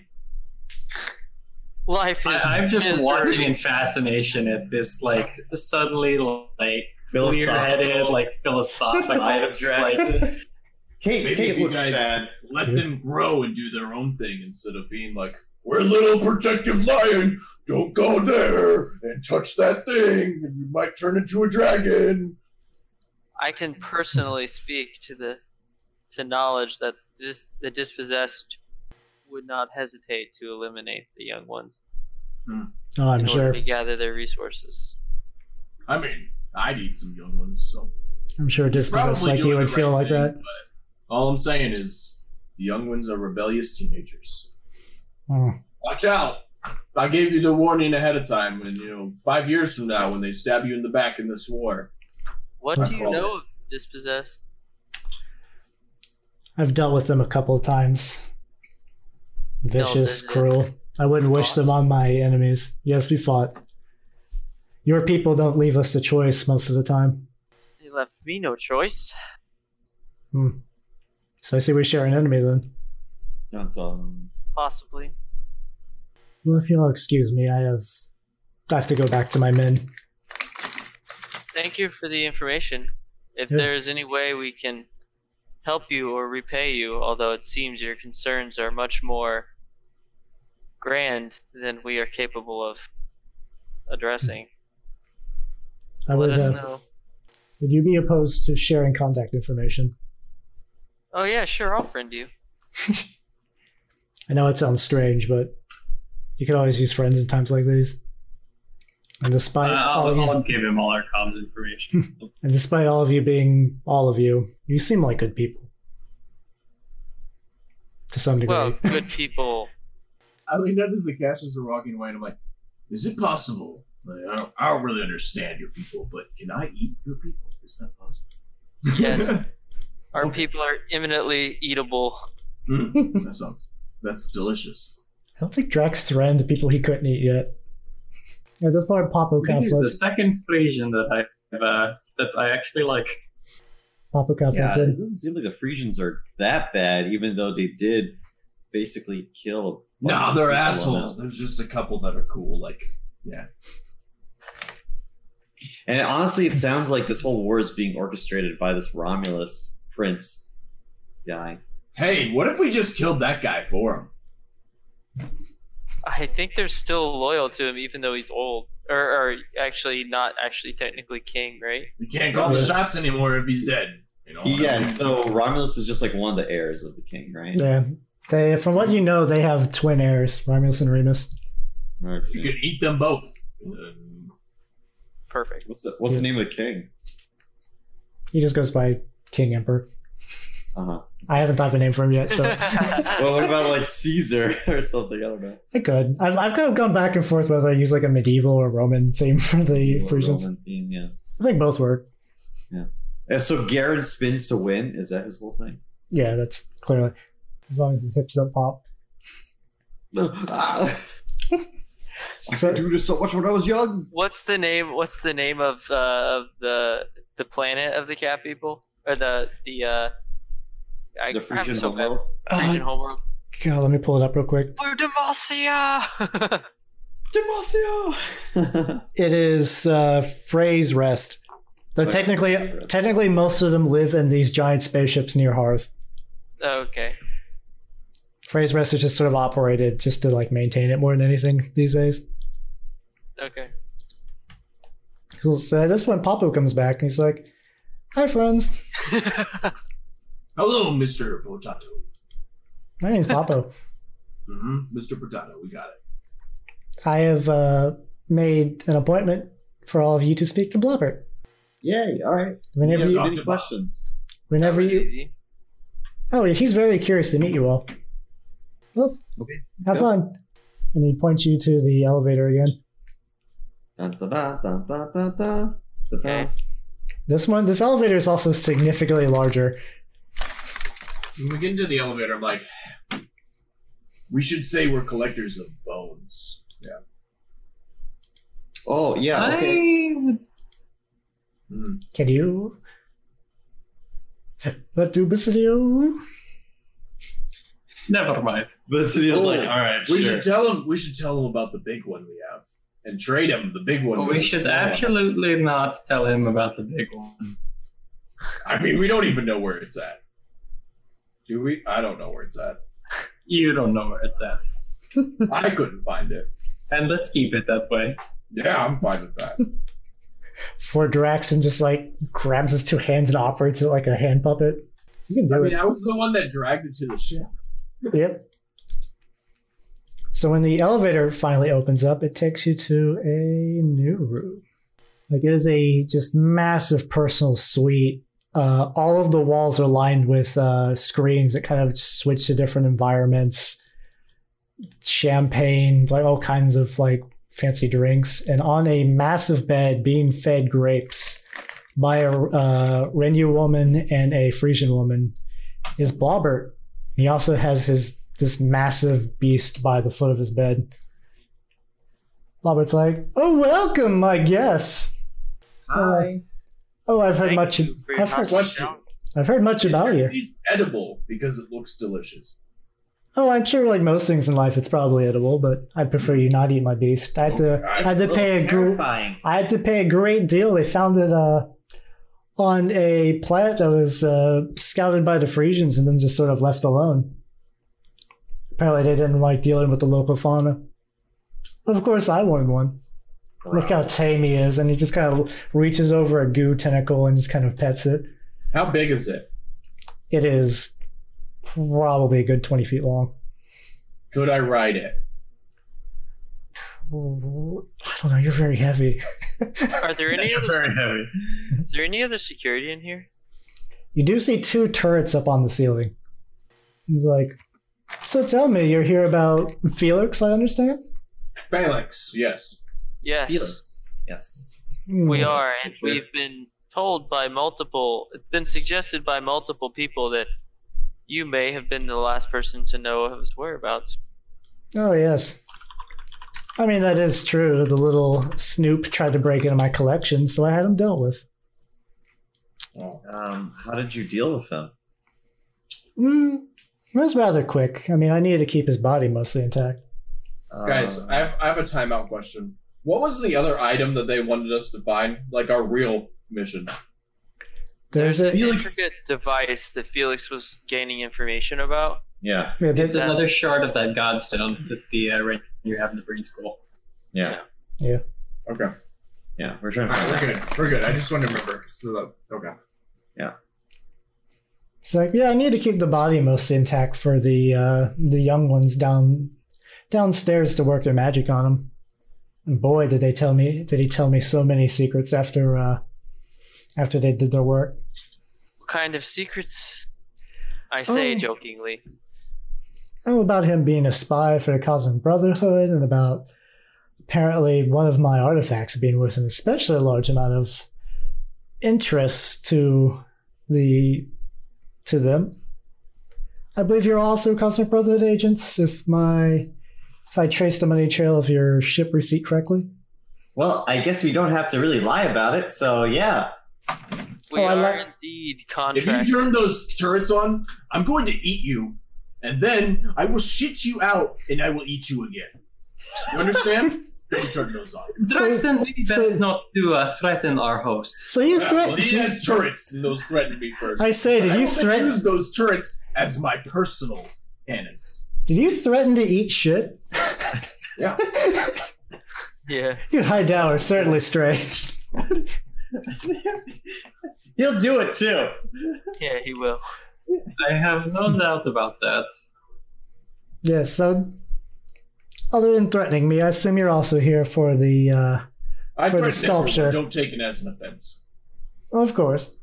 Speaker 4: Life is.
Speaker 7: I, I'm just
Speaker 4: miserable.
Speaker 7: watching in fascination at this, like, suddenly, like, clear-headed, like, philosophical
Speaker 3: Philosophical.
Speaker 7: just, like,
Speaker 3: Kate,
Speaker 8: Maybe
Speaker 3: Kate
Speaker 8: if you
Speaker 3: looks
Speaker 8: guys
Speaker 3: sad.
Speaker 8: let
Speaker 1: Yeah.
Speaker 8: them grow and do their own thing instead of being like, "We're little protective lion. Don't go there and touch that thing, and you might turn into a dragon."
Speaker 4: I can personally speak to the to knowledge that dis, the dispossessed would not hesitate to eliminate the young ones
Speaker 1: Oh, I'm
Speaker 4: in
Speaker 1: sure.
Speaker 4: order to gather their resources.
Speaker 8: I mean, I'd eat some young ones, so
Speaker 1: I'm sure dispossessed
Speaker 8: Probably
Speaker 1: like
Speaker 8: doing
Speaker 1: you would
Speaker 8: the
Speaker 1: feel
Speaker 8: right
Speaker 1: like
Speaker 8: thing,
Speaker 1: that.
Speaker 8: but All I'm saying is, the young ones are rebellious teenagers.
Speaker 1: Oh.
Speaker 8: Watch out! I gave you the warning ahead of time, and you know, five years from now, when they stab you in the back in this war,
Speaker 4: What
Speaker 8: That's
Speaker 4: do you
Speaker 8: all.
Speaker 4: know of dispossessed?
Speaker 1: I've dealt with them a couple of times. Vicious,
Speaker 4: Dealt with it.
Speaker 1: cruel. I wouldn't wish them on my enemies. Yes, we fought. Your people don't leave us the choice most of the time.
Speaker 4: They left me no choice.
Speaker 1: Hmm. So I see we share an enemy then.
Speaker 3: Dun, dun.
Speaker 4: Possibly.
Speaker 1: Well, if you'll excuse me, I have I have to go back to my men.
Speaker 4: Thank you for the information. If
Speaker 1: Yeah.
Speaker 4: there is any way we can help you or repay you, although it seems your concerns are much more grand than we are capable of addressing,
Speaker 1: I
Speaker 4: let
Speaker 1: would.
Speaker 4: us
Speaker 1: Uh,
Speaker 4: know.
Speaker 1: would you be opposed to sharing contact information?
Speaker 4: Oh yeah, sure, I'll friend you.
Speaker 1: I know it sounds strange, but you could always use friends in times like these. And despite
Speaker 7: uh,
Speaker 1: all
Speaker 7: I'll,
Speaker 1: you've
Speaker 7: I'll give him all our comms information.
Speaker 1: And despite all of you being all of you, you seem like good people. To some degree.
Speaker 4: Well, good people.
Speaker 8: I leaned up as the cashiers were walking away, and I'm like, "Is it possible? Like, I don't, I don't really understand your people, but can I eat your people? Is that possible?"
Speaker 4: Yes. Our
Speaker 8: Okay.
Speaker 4: people are eminently eatable.
Speaker 8: Mm, that sounds. That's delicious.
Speaker 1: I don't think Drax threatened the people he couldn't eat yet. Yeah, that's part of Papa
Speaker 7: This is the
Speaker 1: Counts.
Speaker 7: second Frisian that I've, uh, that I actually like.
Speaker 1: Papa Counts
Speaker 3: Yeah, it
Speaker 1: in.
Speaker 3: doesn't seem like the Frisians are that bad, even though they did basically kill. a bunch
Speaker 8: Nah,
Speaker 3: of
Speaker 8: they're
Speaker 3: people on
Speaker 8: assholes.
Speaker 3: that.
Speaker 8: There's just a couple that are cool. Like,
Speaker 3: And honestly, it sounds like this whole war is being orchestrated by this Romulus prince guy.
Speaker 8: hey, what if we just killed that guy for him?
Speaker 4: I think they're still loyal to him, even though he's old, or, or actually not actually technically king, right?
Speaker 8: We can't call the shots anymore if he's dead. You know?
Speaker 3: Yeah, so Romulus is just like one of the heirs of the king, right?
Speaker 1: Yeah. They from what you know, they have twin heirs, Romulus and Remus.
Speaker 8: You
Speaker 3: Okay.
Speaker 8: could eat them both. Um,
Speaker 4: Perfect.
Speaker 3: What's the What's the name of the king?
Speaker 1: He just goes by King Emperor.
Speaker 3: Uh huh.
Speaker 1: I haven't thought of a name for him yet, so
Speaker 3: Well, what about like Caesar or something? I don't know.
Speaker 1: I could. I've, I've kind of gone back and forth whether I use like a medieval or Roman theme for the
Speaker 3: Or
Speaker 1: Frisians.
Speaker 3: Roman theme, yeah.
Speaker 1: I think both work.
Speaker 3: And so Garen spins to win. Is that his whole thing?
Speaker 1: Yeah, that's clearly. As long as his hips don't pop.
Speaker 3: Ah, I
Speaker 1: So-
Speaker 3: could do this so much when I was young.
Speaker 4: What's the name? What's the name of uh, of the the planet of the cat people or the the uh? I,
Speaker 3: the Frisian
Speaker 4: I'm so bad.
Speaker 3: homo.
Speaker 1: oh,
Speaker 4: Frisian homeworld.
Speaker 1: God, let me pull it up real quick.
Speaker 4: For Demacia.
Speaker 3: Demasio.
Speaker 1: It is uh, phrase rest. Though
Speaker 3: Okay.
Speaker 1: technically, technically, most of them live in these giant spaceships near Hearth.
Speaker 4: okay.
Speaker 1: Phrase rest is just sort of operated just to like maintain it more than anything these days.
Speaker 4: Okay.
Speaker 1: Cool. So that's when Papu comes back and he's like, "Hi, friends.
Speaker 8: Hello, Mr. Potato.
Speaker 1: My name's Papu.
Speaker 8: hmm Mr. Potato, we got it.
Speaker 1: I have uh, made an appointment for all of you to speak to Blobbert.
Speaker 3: Yay! All right.
Speaker 1: Whenever,
Speaker 8: Yeah,
Speaker 1: you,
Speaker 8: John.
Speaker 3: Any questions?
Speaker 1: whenever
Speaker 4: That was
Speaker 1: you,
Speaker 4: easy.
Speaker 1: oh, yeah, he's very curious to meet you all. Well,
Speaker 3: Okay,
Speaker 1: Have
Speaker 3: go.
Speaker 1: fun." And he points you to the elevator again.
Speaker 3: Dun, dun, dun, dun, dun, dun, dun. The
Speaker 4: Okay.
Speaker 1: This one, this elevator is also significantly larger.
Speaker 8: When we get into the elevator, I'm like, we should say we're collectors of bones. Yeah.
Speaker 3: Oh yeah. Okay.
Speaker 7: I would
Speaker 8: Mm.
Speaker 1: Can you? That do Basidio?
Speaker 7: never mind.
Speaker 3: But so he was like,
Speaker 8: Oh,
Speaker 3: all right,
Speaker 8: We
Speaker 3: sure.
Speaker 8: should tell him. We should tell him about the big one we have and trade him the big one. with
Speaker 7: we
Speaker 8: the
Speaker 7: should
Speaker 8: small one.
Speaker 7: absolutely not tell him about the big one.
Speaker 8: I mean, we don't even know where it's at. Do we? I don't know where it's at.
Speaker 7: You don't know where it's at.
Speaker 8: I couldn't find it.
Speaker 7: And let's keep it that way.
Speaker 8: Yeah, I'm fine with that.
Speaker 1: For Draxon just like grabs his two hands and operates it like a hand puppet. You can do
Speaker 8: I
Speaker 1: it.
Speaker 8: mean, I was the one that dragged it to the ship.
Speaker 1: Yep. So when the elevator finally opens up, it takes you to a new room. Like it is a just massive personal suite. Uh, all of the walls are lined with uh, screens that kind of switch to different environments. Champagne, like all kinds of like fancy drinks, and on a massive bed being fed grapes by a uh, Renu woman and a Frisian woman is Blobbert. And he also has his this massive beast by the foot of his bed. Robert's like, "Oh, welcome, I guess. Hi. Oh, I've heard
Speaker 4: Thank
Speaker 1: much.
Speaker 4: you for your
Speaker 1: I've heard,
Speaker 8: Question.
Speaker 1: I've heard much about you.
Speaker 8: It's edible because it looks delicious.
Speaker 1: Oh, I'm sure, like most things in life, it's probably edible, but I'd prefer you not eat my beast. I had to, I had to pay a gr-
Speaker 3: Terrifying.
Speaker 1: I had to pay a great deal. They found it uh, on a planet that was uh, scouted by the Frisians and then just sort of left alone. Apparently, they didn't like dealing with the local fauna. Of course, I wanted one. Look how tame he is, and he just kind of reaches over a goo tentacle and just kind of pets it.
Speaker 8: How big is it?
Speaker 1: It is probably a good 20 feet long.
Speaker 8: Could I ride it?
Speaker 1: I don't know, you're very heavy.
Speaker 4: Are there any other?
Speaker 7: Very heavy.
Speaker 4: Is there any other security in here?
Speaker 1: You do see two turrets up on the ceiling. He's like, So tell me, you're here about Felix, I understand?
Speaker 8: Phalanx, yes.
Speaker 4: Yes.
Speaker 3: Felix. Yes.
Speaker 1: Hmm.
Speaker 4: We are, and we've been told by multiple, it's been suggested by multiple people that you may have been the last person to know of his whereabouts.
Speaker 1: Oh, yes. I mean, that is true. The little snoop tried to break into my collection, so I had him dealt with.
Speaker 8: Oh.
Speaker 3: Um, how did you deal with him?
Speaker 1: Mm, it was rather quick. I mean, I needed to keep his body mostly intact.
Speaker 8: Guys,
Speaker 3: Um,
Speaker 8: I have, I have a timeout question. What was the other item that they wanted us to find? Like our real mission?
Speaker 1: There's a.
Speaker 4: this intricate device that Felix was gaining information about.
Speaker 3: Yeah.
Speaker 1: Yeah,
Speaker 7: It's
Speaker 1: that-
Speaker 7: another shard of that godstone that the uh, Ranger you have in the breed school.
Speaker 3: Yeah.
Speaker 8: Okay.
Speaker 3: Yeah. We're trying to
Speaker 8: Alright,
Speaker 3: find
Speaker 8: we're good. We're good. I just want to remember. So that, okay.
Speaker 1: It's like, yeah, I need to keep the body mostly intact for the uh, the young ones down downstairs to work their magic on them. And boy, did they tell me did he tell me so many secrets after uh, after they did their work.
Speaker 4: What kind of secrets? I say
Speaker 1: Oh.
Speaker 4: jokingly.
Speaker 1: Oh, about him being a spy for the Cosmic Brotherhood, and about apparently one of my artifacts being worth an especially large amount of interest to the to them. I believe you're also Cosmic Brotherhood agents. If my if I traced the money trail of your ship receipt correctly.
Speaker 3: Well, I guess we don't have to really lie about it. So yeah,
Speaker 4: We
Speaker 1: Oh, I
Speaker 4: are
Speaker 1: like-
Speaker 4: indeed
Speaker 8: If you
Speaker 4: contract.
Speaker 8: turn those turrets on, I'm going to eat you, and then I will shit you out, and I will eat you again. You understand? Don't turn those on.
Speaker 7: Draxton, maybe
Speaker 1: so-
Speaker 7: best not to uh, threaten our host.
Speaker 1: So you
Speaker 8: Yeah, well,
Speaker 1: threat.
Speaker 8: he has turrets.
Speaker 9: And those threatened me first.
Speaker 1: I say,
Speaker 8: I
Speaker 1: did you
Speaker 8: only
Speaker 1: threaten?
Speaker 8: use those turrets as my personal cannons.
Speaker 1: Did you threaten to eat shit?
Speaker 8: Yeah.
Speaker 4: Yeah.
Speaker 1: Dude, Hightower is certainly strange.
Speaker 3: he'll do it too.
Speaker 4: Yeah, he will.
Speaker 7: I have no doubt about that.
Speaker 1: Yeah, so other than threatening me, I assume you're also here for the uh
Speaker 8: I
Speaker 1: For the
Speaker 8: threatened everyone.
Speaker 1: sculpture.
Speaker 8: Don't take it as an offense.
Speaker 1: of course.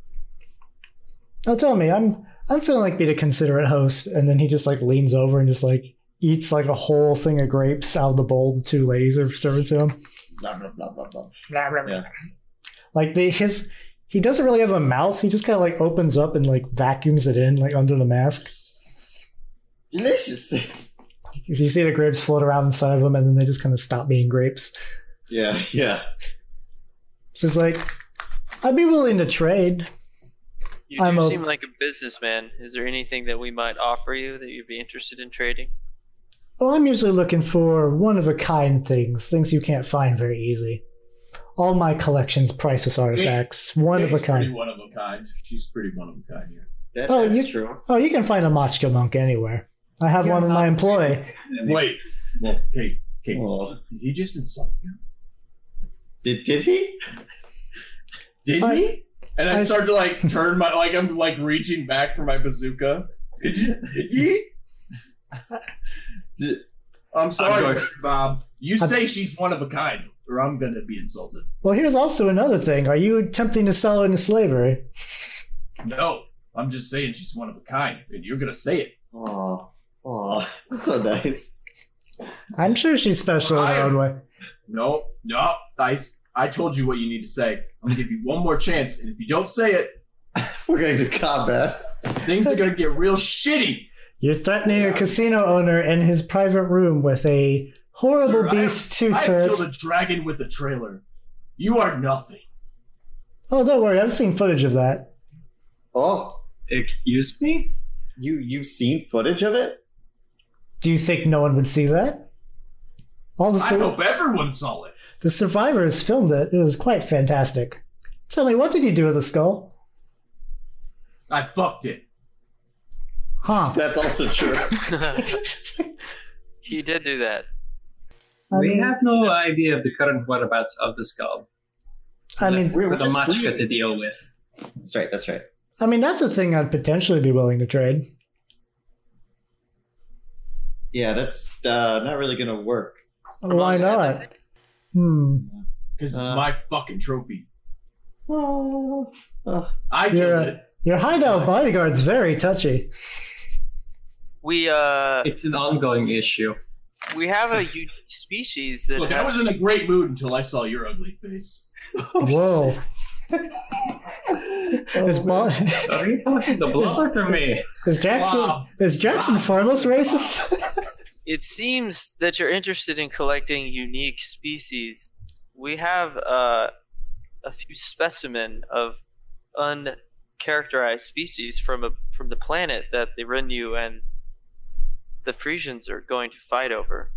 Speaker 1: Now tell me, I'm I'm feeling like being a considerate host, and then he just like leans over and just like eats like a whole thing of grapes out of the bowl the two ladies are serving to him.
Speaker 3: Blah blah blah blah blah. Yeah.
Speaker 1: Like they his he doesn't really have a mouth, he just kinda like opens up and like vacuums it in like under the mask.
Speaker 3: Delicious.
Speaker 1: You see the grapes float around inside of him and then they just kinda stop being grapes.
Speaker 3: Yeah, yeah.
Speaker 1: So it's like, I'd be willing to trade.
Speaker 4: You do
Speaker 1: I'm a-
Speaker 4: seem like a businessman. Is there anything that we might offer you that you'd be interested in trading?
Speaker 1: Well, I'm usually looking for one of a kind things, things you can't find very easy. All my collection's priceless artifacts, one of a
Speaker 8: She's pretty
Speaker 1: kind.
Speaker 8: One of a kind. She's pretty one of a kind here.
Speaker 3: That,
Speaker 1: Oh,
Speaker 3: that's
Speaker 1: you-
Speaker 3: true.
Speaker 1: Oh, you can find a Machka monk anywhere. I have one in my employ.
Speaker 8: Wait. Well, Kate, Kate,
Speaker 3: Well,
Speaker 8: did he just insult you?
Speaker 3: did did he?
Speaker 8: Did
Speaker 1: I-
Speaker 8: he? And I,
Speaker 1: I-
Speaker 8: start to like turn my like I'm like reaching back for my bazooka. Did you? Did he?
Speaker 3: Did-
Speaker 8: I'm sorry,
Speaker 3: I'm going-
Speaker 8: Bob. You
Speaker 1: I'm-
Speaker 8: say she's one of a kind, or I'm gonna be insulted.
Speaker 1: Well, here's also another thing. Are you attempting to sell her into slavery?
Speaker 8: No, I'm just saying she's one of a kind, and you're gonna say it.
Speaker 3: Oh, oh, that's so nice.
Speaker 1: I'm sure she's special in her own way.
Speaker 8: No, no, I I told you what you need to say. I'm gonna give you one more chance, and if you don't say it,
Speaker 3: We're going to combat.
Speaker 8: things are gonna get real shitty.
Speaker 1: You're threatening a casino owner in his private room with a horrible
Speaker 8: Sir, I-
Speaker 1: beast two
Speaker 8: I
Speaker 1: turrets.
Speaker 8: killed a dragon with a trailer. You are nothing.
Speaker 1: Oh, don't worry. I've seen footage of that.
Speaker 3: Oh,
Speaker 7: Excuse me?
Speaker 3: you you've seen footage of it?
Speaker 1: Do you think no one would see that? All the,
Speaker 8: I
Speaker 1: sur-
Speaker 8: hope everyone saw it.
Speaker 1: the survivors filmed it. It was quite fantastic. Tell me, what did you do with the skull?
Speaker 8: I fucked it.
Speaker 1: Huh?
Speaker 3: That's also true.
Speaker 4: he did do that.
Speaker 1: I
Speaker 7: we
Speaker 1: mean-
Speaker 7: have no idea of the current whereabouts of the skull.
Speaker 1: I mean,
Speaker 3: we were
Speaker 7: the
Speaker 3: just
Speaker 7: matchka to
Speaker 3: reading.
Speaker 7: deal with.
Speaker 3: That's right. That's right.
Speaker 1: I mean that's a thing I'd potentially be willing to trade.
Speaker 3: Yeah, that's uh, not really gonna work.
Speaker 1: Why not? Hmm.
Speaker 8: Because it's
Speaker 3: Uh.
Speaker 8: my fucking trophy.
Speaker 3: Oh,
Speaker 8: I killed
Speaker 1: You're
Speaker 8: it.
Speaker 1: a, your hideout bodyguard's very touchy.
Speaker 4: We uh
Speaker 7: It's an ongoing issue.
Speaker 4: we have a unique species that
Speaker 8: Look, I
Speaker 4: has
Speaker 8: was in a great mood until I saw your ugly face.
Speaker 1: Whoa.
Speaker 8: Oh,
Speaker 1: is, Bo-
Speaker 7: Are you talking to Block or me?
Speaker 1: is Jackson
Speaker 8: Wow.
Speaker 1: is Jackson Farmless racist?
Speaker 4: It seems that you're interested in collecting unique species. We have uh, a few specimen of uncharacterized species from a from the planet that the Renu and the Frisians are going to fight over.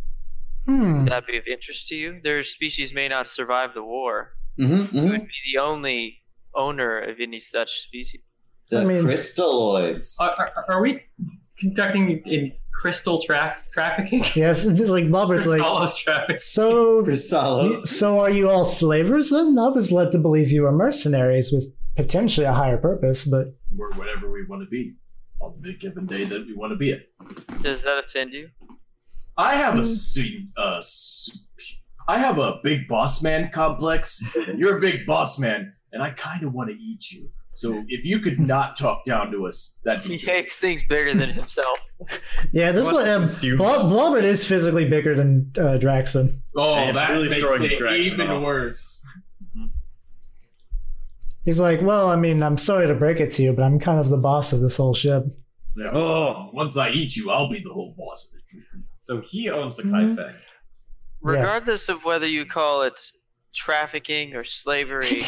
Speaker 1: hmm.
Speaker 4: Would that be of interest to you? Their species may not survive the war.
Speaker 3: mm-hmm,
Speaker 4: You would be the only owner of any such species.
Speaker 3: The
Speaker 1: I mean-
Speaker 3: crystalloids.
Speaker 7: Are, are, are we conducting in crystal tra- trafficking?
Speaker 1: Yes, it's like Robert's like
Speaker 7: Crystallos trafficking.
Speaker 1: so
Speaker 3: crystallos.
Speaker 1: Uh, So are you all slavers then? I was led to believe you were mercenaries with potentially a higher purpose, but
Speaker 8: We're whatever we want to be on the given day that we want to be it.
Speaker 4: Does that offend you?
Speaker 8: I have a se- uh, s- I have a big boss man complex. and You're a big boss man, and I kind of want to eat you. So if you could not talk down to us, that'd
Speaker 4: He
Speaker 8: be
Speaker 4: hates things bigger than himself.
Speaker 1: yeah, this
Speaker 3: What's
Speaker 1: one um,
Speaker 3: this you-
Speaker 1: Blo- Blobbert is physically bigger than uh, Draxon.
Speaker 8: Oh,
Speaker 3: And it's
Speaker 8: that
Speaker 3: really
Speaker 8: makes
Speaker 3: throwing
Speaker 8: it
Speaker 3: Draxon
Speaker 8: even
Speaker 3: off.
Speaker 8: worse.
Speaker 1: He's like, well, I mean, I'm sorry to break it to you, but I'm kind of the boss of this whole ship.
Speaker 8: Yeah. Oh, once I eat you, I'll be the whole boss of the tree.
Speaker 3: So he owns the
Speaker 1: Mhm.
Speaker 3: Kaifeng.
Speaker 4: Regardless of whether you call it trafficking or slavery,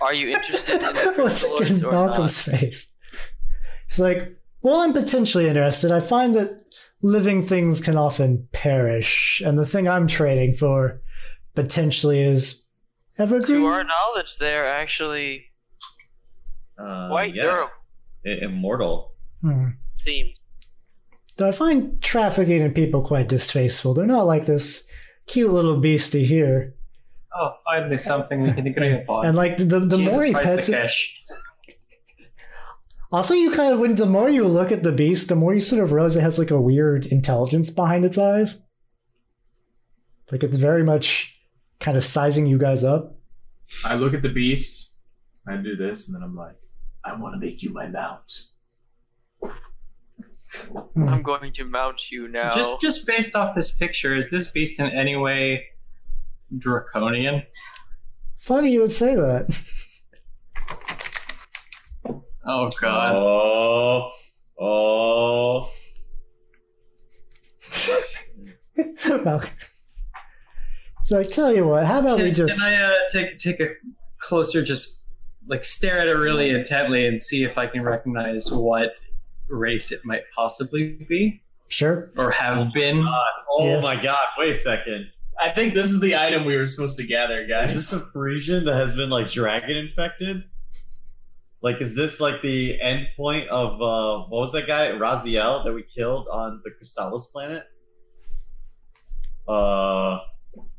Speaker 4: are you interested in the
Speaker 1: What's
Speaker 4: crystal
Speaker 1: in
Speaker 4: lords or
Speaker 1: Malcolm's
Speaker 4: not?
Speaker 1: face? He's like, well, I'm potentially interested. I find that living things can often perish, and the thing I'm trading for potentially is evergreen.
Speaker 4: To our knowledge, they're actually
Speaker 3: Uh,
Speaker 4: quite durable.
Speaker 3: I- immortal.
Speaker 1: Hmm.
Speaker 4: Seems
Speaker 1: Though I find trafficking in people quite distasteful. They're not like this cute little beastie here.
Speaker 7: Oh, finally something we can agree upon.
Speaker 1: And like the the,
Speaker 7: Jesus
Speaker 1: more he
Speaker 7: Christ,
Speaker 1: pets
Speaker 7: the
Speaker 1: it,
Speaker 7: cash.
Speaker 1: also you kind of when the more you look at the beast, the more you sort of realize it has like a weird intelligence behind its eyes. Like it's very much kind of sizing you guys up.
Speaker 8: I look at the beast, I do this, and then I'm like, I want to make you my mount.
Speaker 4: I'm going to mount you now.
Speaker 7: Just, just based off this picture, is this beast in any way draconian?
Speaker 1: Funny you would say that.
Speaker 7: Oh God!
Speaker 3: Oh, oh.
Speaker 1: Well, so I tell you what, how about we
Speaker 7: Can,
Speaker 1: just
Speaker 7: can I uh, take take a closer, just like stare at it really intently and see if I can recognize what race it might possibly be
Speaker 1: sure?
Speaker 7: or have been?
Speaker 1: Uh,
Speaker 3: Oh
Speaker 1: Yeah.
Speaker 3: my god, wait a second.
Speaker 9: I think this is the item we were supposed to gather,
Speaker 3: Is this
Speaker 9: guys.
Speaker 3: a Parisian that has been like dragon infected? Like, is this like the end point of uh, what was that guy, Raziel, that we killed on the Crystallos planet? Uh,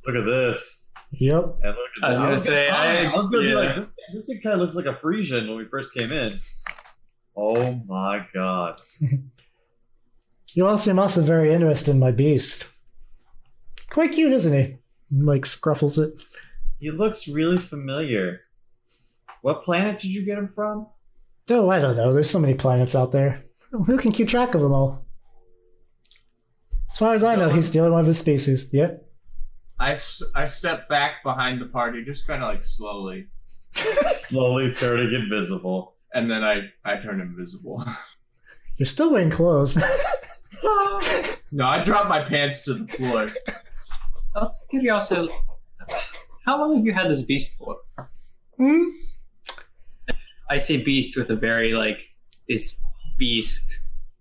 Speaker 3: look at this.
Speaker 1: Yep.
Speaker 3: And look at
Speaker 7: I was
Speaker 3: that.
Speaker 7: gonna say, I-
Speaker 3: I was gonna
Speaker 7: yeah.
Speaker 3: be like, this, this thing kind of looks like a Frisian when we first came in. Oh my god.
Speaker 1: You all seem also very interested in my beast. Quite cute, isn't he? Like scruffles it.
Speaker 3: He looks really familiar. What planet did you get him from?
Speaker 1: Oh, I don't know. There's so many planets out there. Who can keep track of them all? As far as I know, he's the only one of his species. Yeah.
Speaker 8: I, s- I step back behind the party, just kind of like slowly,
Speaker 3: Slowly turning invisible.
Speaker 8: and then I, I turn invisible.
Speaker 1: You're still wearing clothes.
Speaker 8: no, I drop my pants to the floor.
Speaker 7: Out of curiosity, how long have you had this beast for?
Speaker 1: Hmm?
Speaker 7: I say beast with a very like this beast.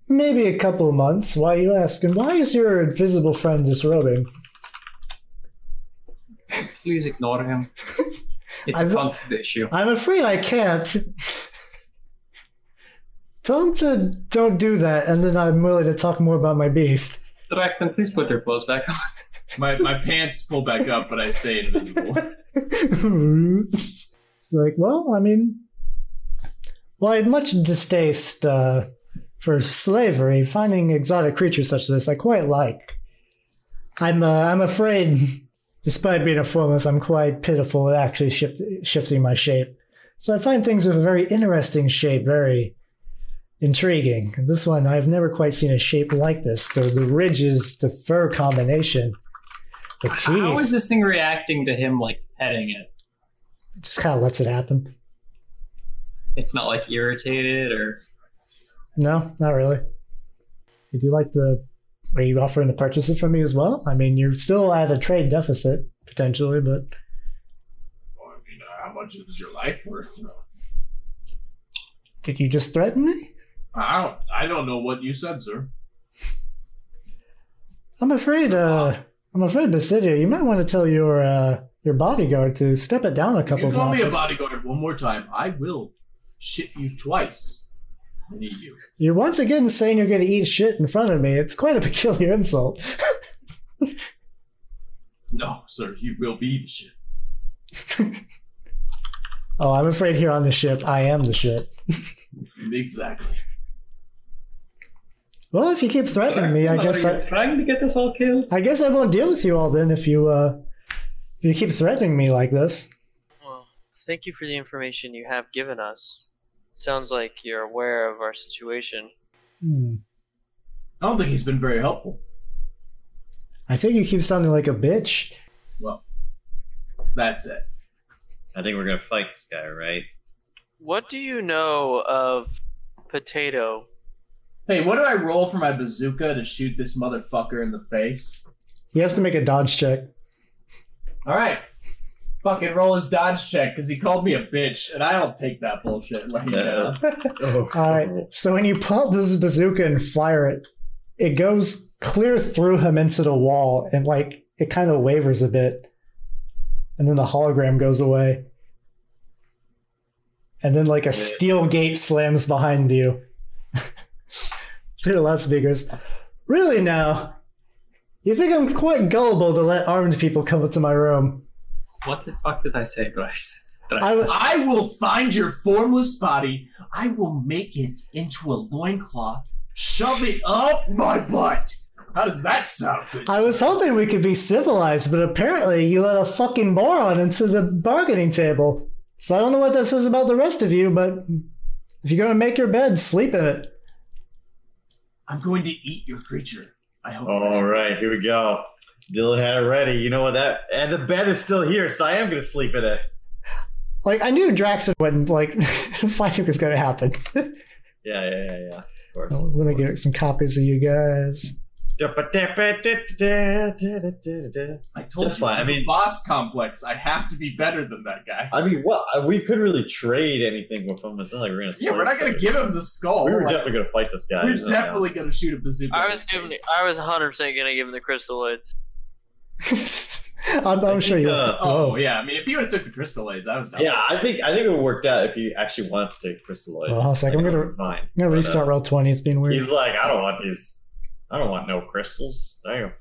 Speaker 1: Maybe a couple of months. Why you ask? And why is your invisible friend disrobing?
Speaker 7: Please ignore him. It's
Speaker 1: I've-
Speaker 7: a constant issue.
Speaker 1: I'm afraid I can't. Tell him to don't do that, and then I'm willing to talk more about my beast.
Speaker 7: Draxton, please put your clothes back on.
Speaker 8: My, my pants pull back up, but I stay invisible.
Speaker 1: it's like, well, I mean, well, I had much distaste uh, for slavery. Finding exotic creatures such as this, I quite like. I'm, uh, I'm afraid, despite being a formless, I'm quite pitiful at actually shif- shifting my shape. So I find things with a very interesting shape very intriguing. And this one, I've never quite seen a shape like this. The the ridges, the fur combination, the teeth.
Speaker 7: How is this thing reacting to him like petting it?
Speaker 1: just kind of lets it happen.
Speaker 7: It's not like irritated or
Speaker 1: No, not really. If you like the, are you offering to purchase it from me as well? I mean, you're still at a trade deficit potentially, but
Speaker 8: Well, I mean, uh, how much is your life worth?
Speaker 1: did you just threaten me?
Speaker 8: I don't, I don't know what you said, sir.
Speaker 1: I'm afraid. uh I'm afraid, Basidia, you might want to tell your uh your bodyguard to step it down a
Speaker 8: If
Speaker 1: couple
Speaker 8: you
Speaker 1: of
Speaker 8: call me a
Speaker 1: notches.
Speaker 8: bodyguard one more time, I will shit you twice. and eat you.
Speaker 1: You're once again saying you're going to eat shit in front of me. It's quite a peculiar insult.
Speaker 8: No, sir, you will be the shit.
Speaker 1: Oh, I'm afraid here on the ship, I am the shit.
Speaker 8: Exactly.
Speaker 1: Well, if you keep threatening me, I
Speaker 7: Draxton,
Speaker 1: guess
Speaker 7: are
Speaker 1: I,
Speaker 7: you trying to get us all killed.
Speaker 1: I guess I won't deal with you all then if you uh if you keep threatening me like this.
Speaker 4: Well, thank you for the information you have given us. Sounds like you're aware of our situation.
Speaker 1: Hmm.
Speaker 8: I don't think he's been very helpful.
Speaker 1: I think you keep sounding like a bitch.
Speaker 8: That's it.
Speaker 3: I think we're gonna fight this guy, right?
Speaker 4: What do you know of potato?
Speaker 9: Hey, what do I roll for my bazooka to shoot this motherfucker in the face?
Speaker 1: He has to make a dodge check.
Speaker 9: All right. Fucking roll his dodge check because he called me a bitch, and I don't take that bullshit right
Speaker 3: Yeah.
Speaker 9: now.
Speaker 3: Oh,
Speaker 1: All right. So when you pull out this bazooka and fire it, it goes clear through him into the wall, and like it kind of wavers a bit, and then the hologram goes away, and then like a steel gate slams behind you through the loudspeakers. Really now, you think I'm quite gullible to let armed people come into my room?
Speaker 7: What the fuck did I say, Bryce?
Speaker 1: I w-
Speaker 8: I will find your formless body. I will make it into a loincloth, shove it up my butt. How does that sound? Good?
Speaker 1: I was hoping we could be civilized, but apparently you let a fucking moron into the bargaining table. So I don't know what that says about the rest of you, but if you're gonna make your bed, sleep in it.
Speaker 8: I'm going to eat your creature. I hope.
Speaker 3: Oh, All right, here we go. Dylan had it ready. You know what that and the bed is still here, so I am gonna sleep in it.
Speaker 1: Like I knew Draxon wouldn't like fighting was gonna happen.
Speaker 3: Yeah, yeah, yeah, yeah. Of course.
Speaker 1: Well, Let me Oh, get some copies of you guys.
Speaker 9: I told
Speaker 3: That's
Speaker 9: you,
Speaker 3: fine. I mean-
Speaker 9: boss complex. I have to be better than that guy.
Speaker 3: I mean, well, I- we couldn't really trade anything with him. It's not like we're gonna.
Speaker 9: Yeah,
Speaker 3: sleep
Speaker 9: we're not gonna
Speaker 3: there.
Speaker 9: give him the skull.
Speaker 3: We were
Speaker 9: Like,
Speaker 3: definitely gonna fight this guy.
Speaker 9: we're
Speaker 3: There's no doubt.
Speaker 9: definitely gonna shoot a bazooka.
Speaker 4: I
Speaker 9: in
Speaker 4: was
Speaker 9: his
Speaker 4: giving.
Speaker 9: face.
Speaker 4: I was 100 percent gonna give him the crystalloids.
Speaker 1: I'm, I'm sure you.
Speaker 3: uh,
Speaker 9: Oh,
Speaker 1: oh,
Speaker 9: yeah. I mean, if he would have took the crystaloids, that was.
Speaker 3: Yeah, I think I think it worked out if he actually wanted to take crystalloids.
Speaker 1: Well, hold on a second, I'm
Speaker 3: Like,
Speaker 1: gonna-
Speaker 3: fine.
Speaker 1: I'm gonna
Speaker 3: But, uh,
Speaker 1: restart roll twenty. It's being weird.
Speaker 3: He's like, I don't want these. I don't want no crystals. Damn.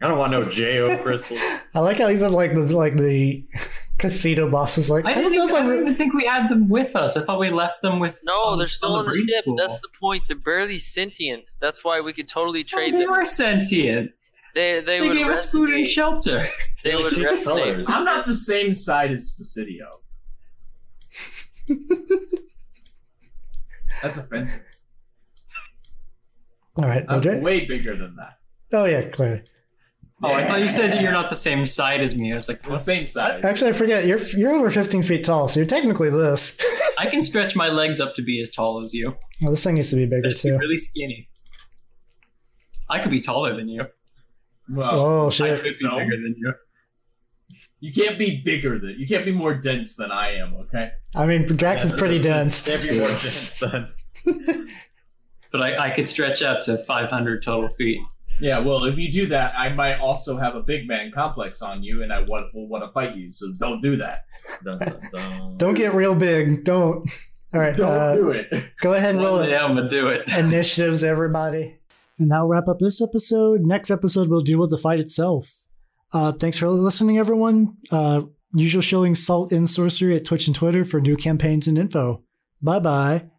Speaker 3: I don't want no Jo crystals.
Speaker 1: I like how even like the like the casino boss is like. I,
Speaker 7: I, didn't
Speaker 1: don't know
Speaker 7: think,
Speaker 1: if
Speaker 7: I
Speaker 1: I'm.
Speaker 7: don't
Speaker 1: re-
Speaker 7: even think we had them with us. I thought we left them with.
Speaker 4: No,
Speaker 7: on-
Speaker 4: they're still
Speaker 7: on
Speaker 4: on the,
Speaker 7: breed
Speaker 4: ship.
Speaker 7: school.
Speaker 4: That's the point. They're barely sentient. That's why we could totally
Speaker 7: Oh,
Speaker 4: trade
Speaker 7: they
Speaker 4: them.
Speaker 7: were sentient.
Speaker 4: They they
Speaker 7: They,
Speaker 4: would
Speaker 7: gave us food and
Speaker 4: resonate.
Speaker 7: shelter.
Speaker 4: They would
Speaker 3: Two
Speaker 4: resonate.
Speaker 3: colors.
Speaker 9: I'm not the same side as Spasidio. That's offensive.
Speaker 1: All right.
Speaker 8: Uh,
Speaker 9: I'm
Speaker 1: Okay.
Speaker 9: way bigger than that.
Speaker 1: Oh yeah, clearly.
Speaker 7: Oh, I thought you said that you're not the same side as me. I was like,
Speaker 9: We're the same size.
Speaker 1: Actually, I forget. You're you're over 15 feet tall, so you're technically this.
Speaker 7: I can stretch my legs up to be as tall as you.
Speaker 1: Well, this thing needs to be bigger
Speaker 7: Just be
Speaker 1: too.
Speaker 7: really skinny. I could be taller than you.
Speaker 9: Well,
Speaker 1: Oh
Speaker 7: I
Speaker 1: shit!
Speaker 7: could be
Speaker 9: so?
Speaker 7: bigger than you.
Speaker 9: you can't be bigger than you can't be more dense than I am. Okay.
Speaker 1: I mean, Draxon's
Speaker 3: That's-
Speaker 1: pretty dense.
Speaker 3: That'd be more dense than.
Speaker 7: But I, I could stretch out to 500 total feet.
Speaker 9: Yeah. Well, if you do that, I might also have a big man complex on you, and I want, will want to fight you. So don't do that.
Speaker 3: Dun, dun, dun.
Speaker 1: Don't get real big. Don't. All right,
Speaker 9: Don't
Speaker 1: uh,
Speaker 9: do it.
Speaker 1: go ahead and roll
Speaker 7: One
Speaker 1: it.
Speaker 7: day I'm gonna do it.
Speaker 1: initiatives, everybody. And that'll wrap up this episode. Next episode, we'll deal with the fight itself. Uh, thanks for listening, everyone. Uh, usual shilling salt in sorcery at Twitch and Twitter for new campaigns and info. Bye bye.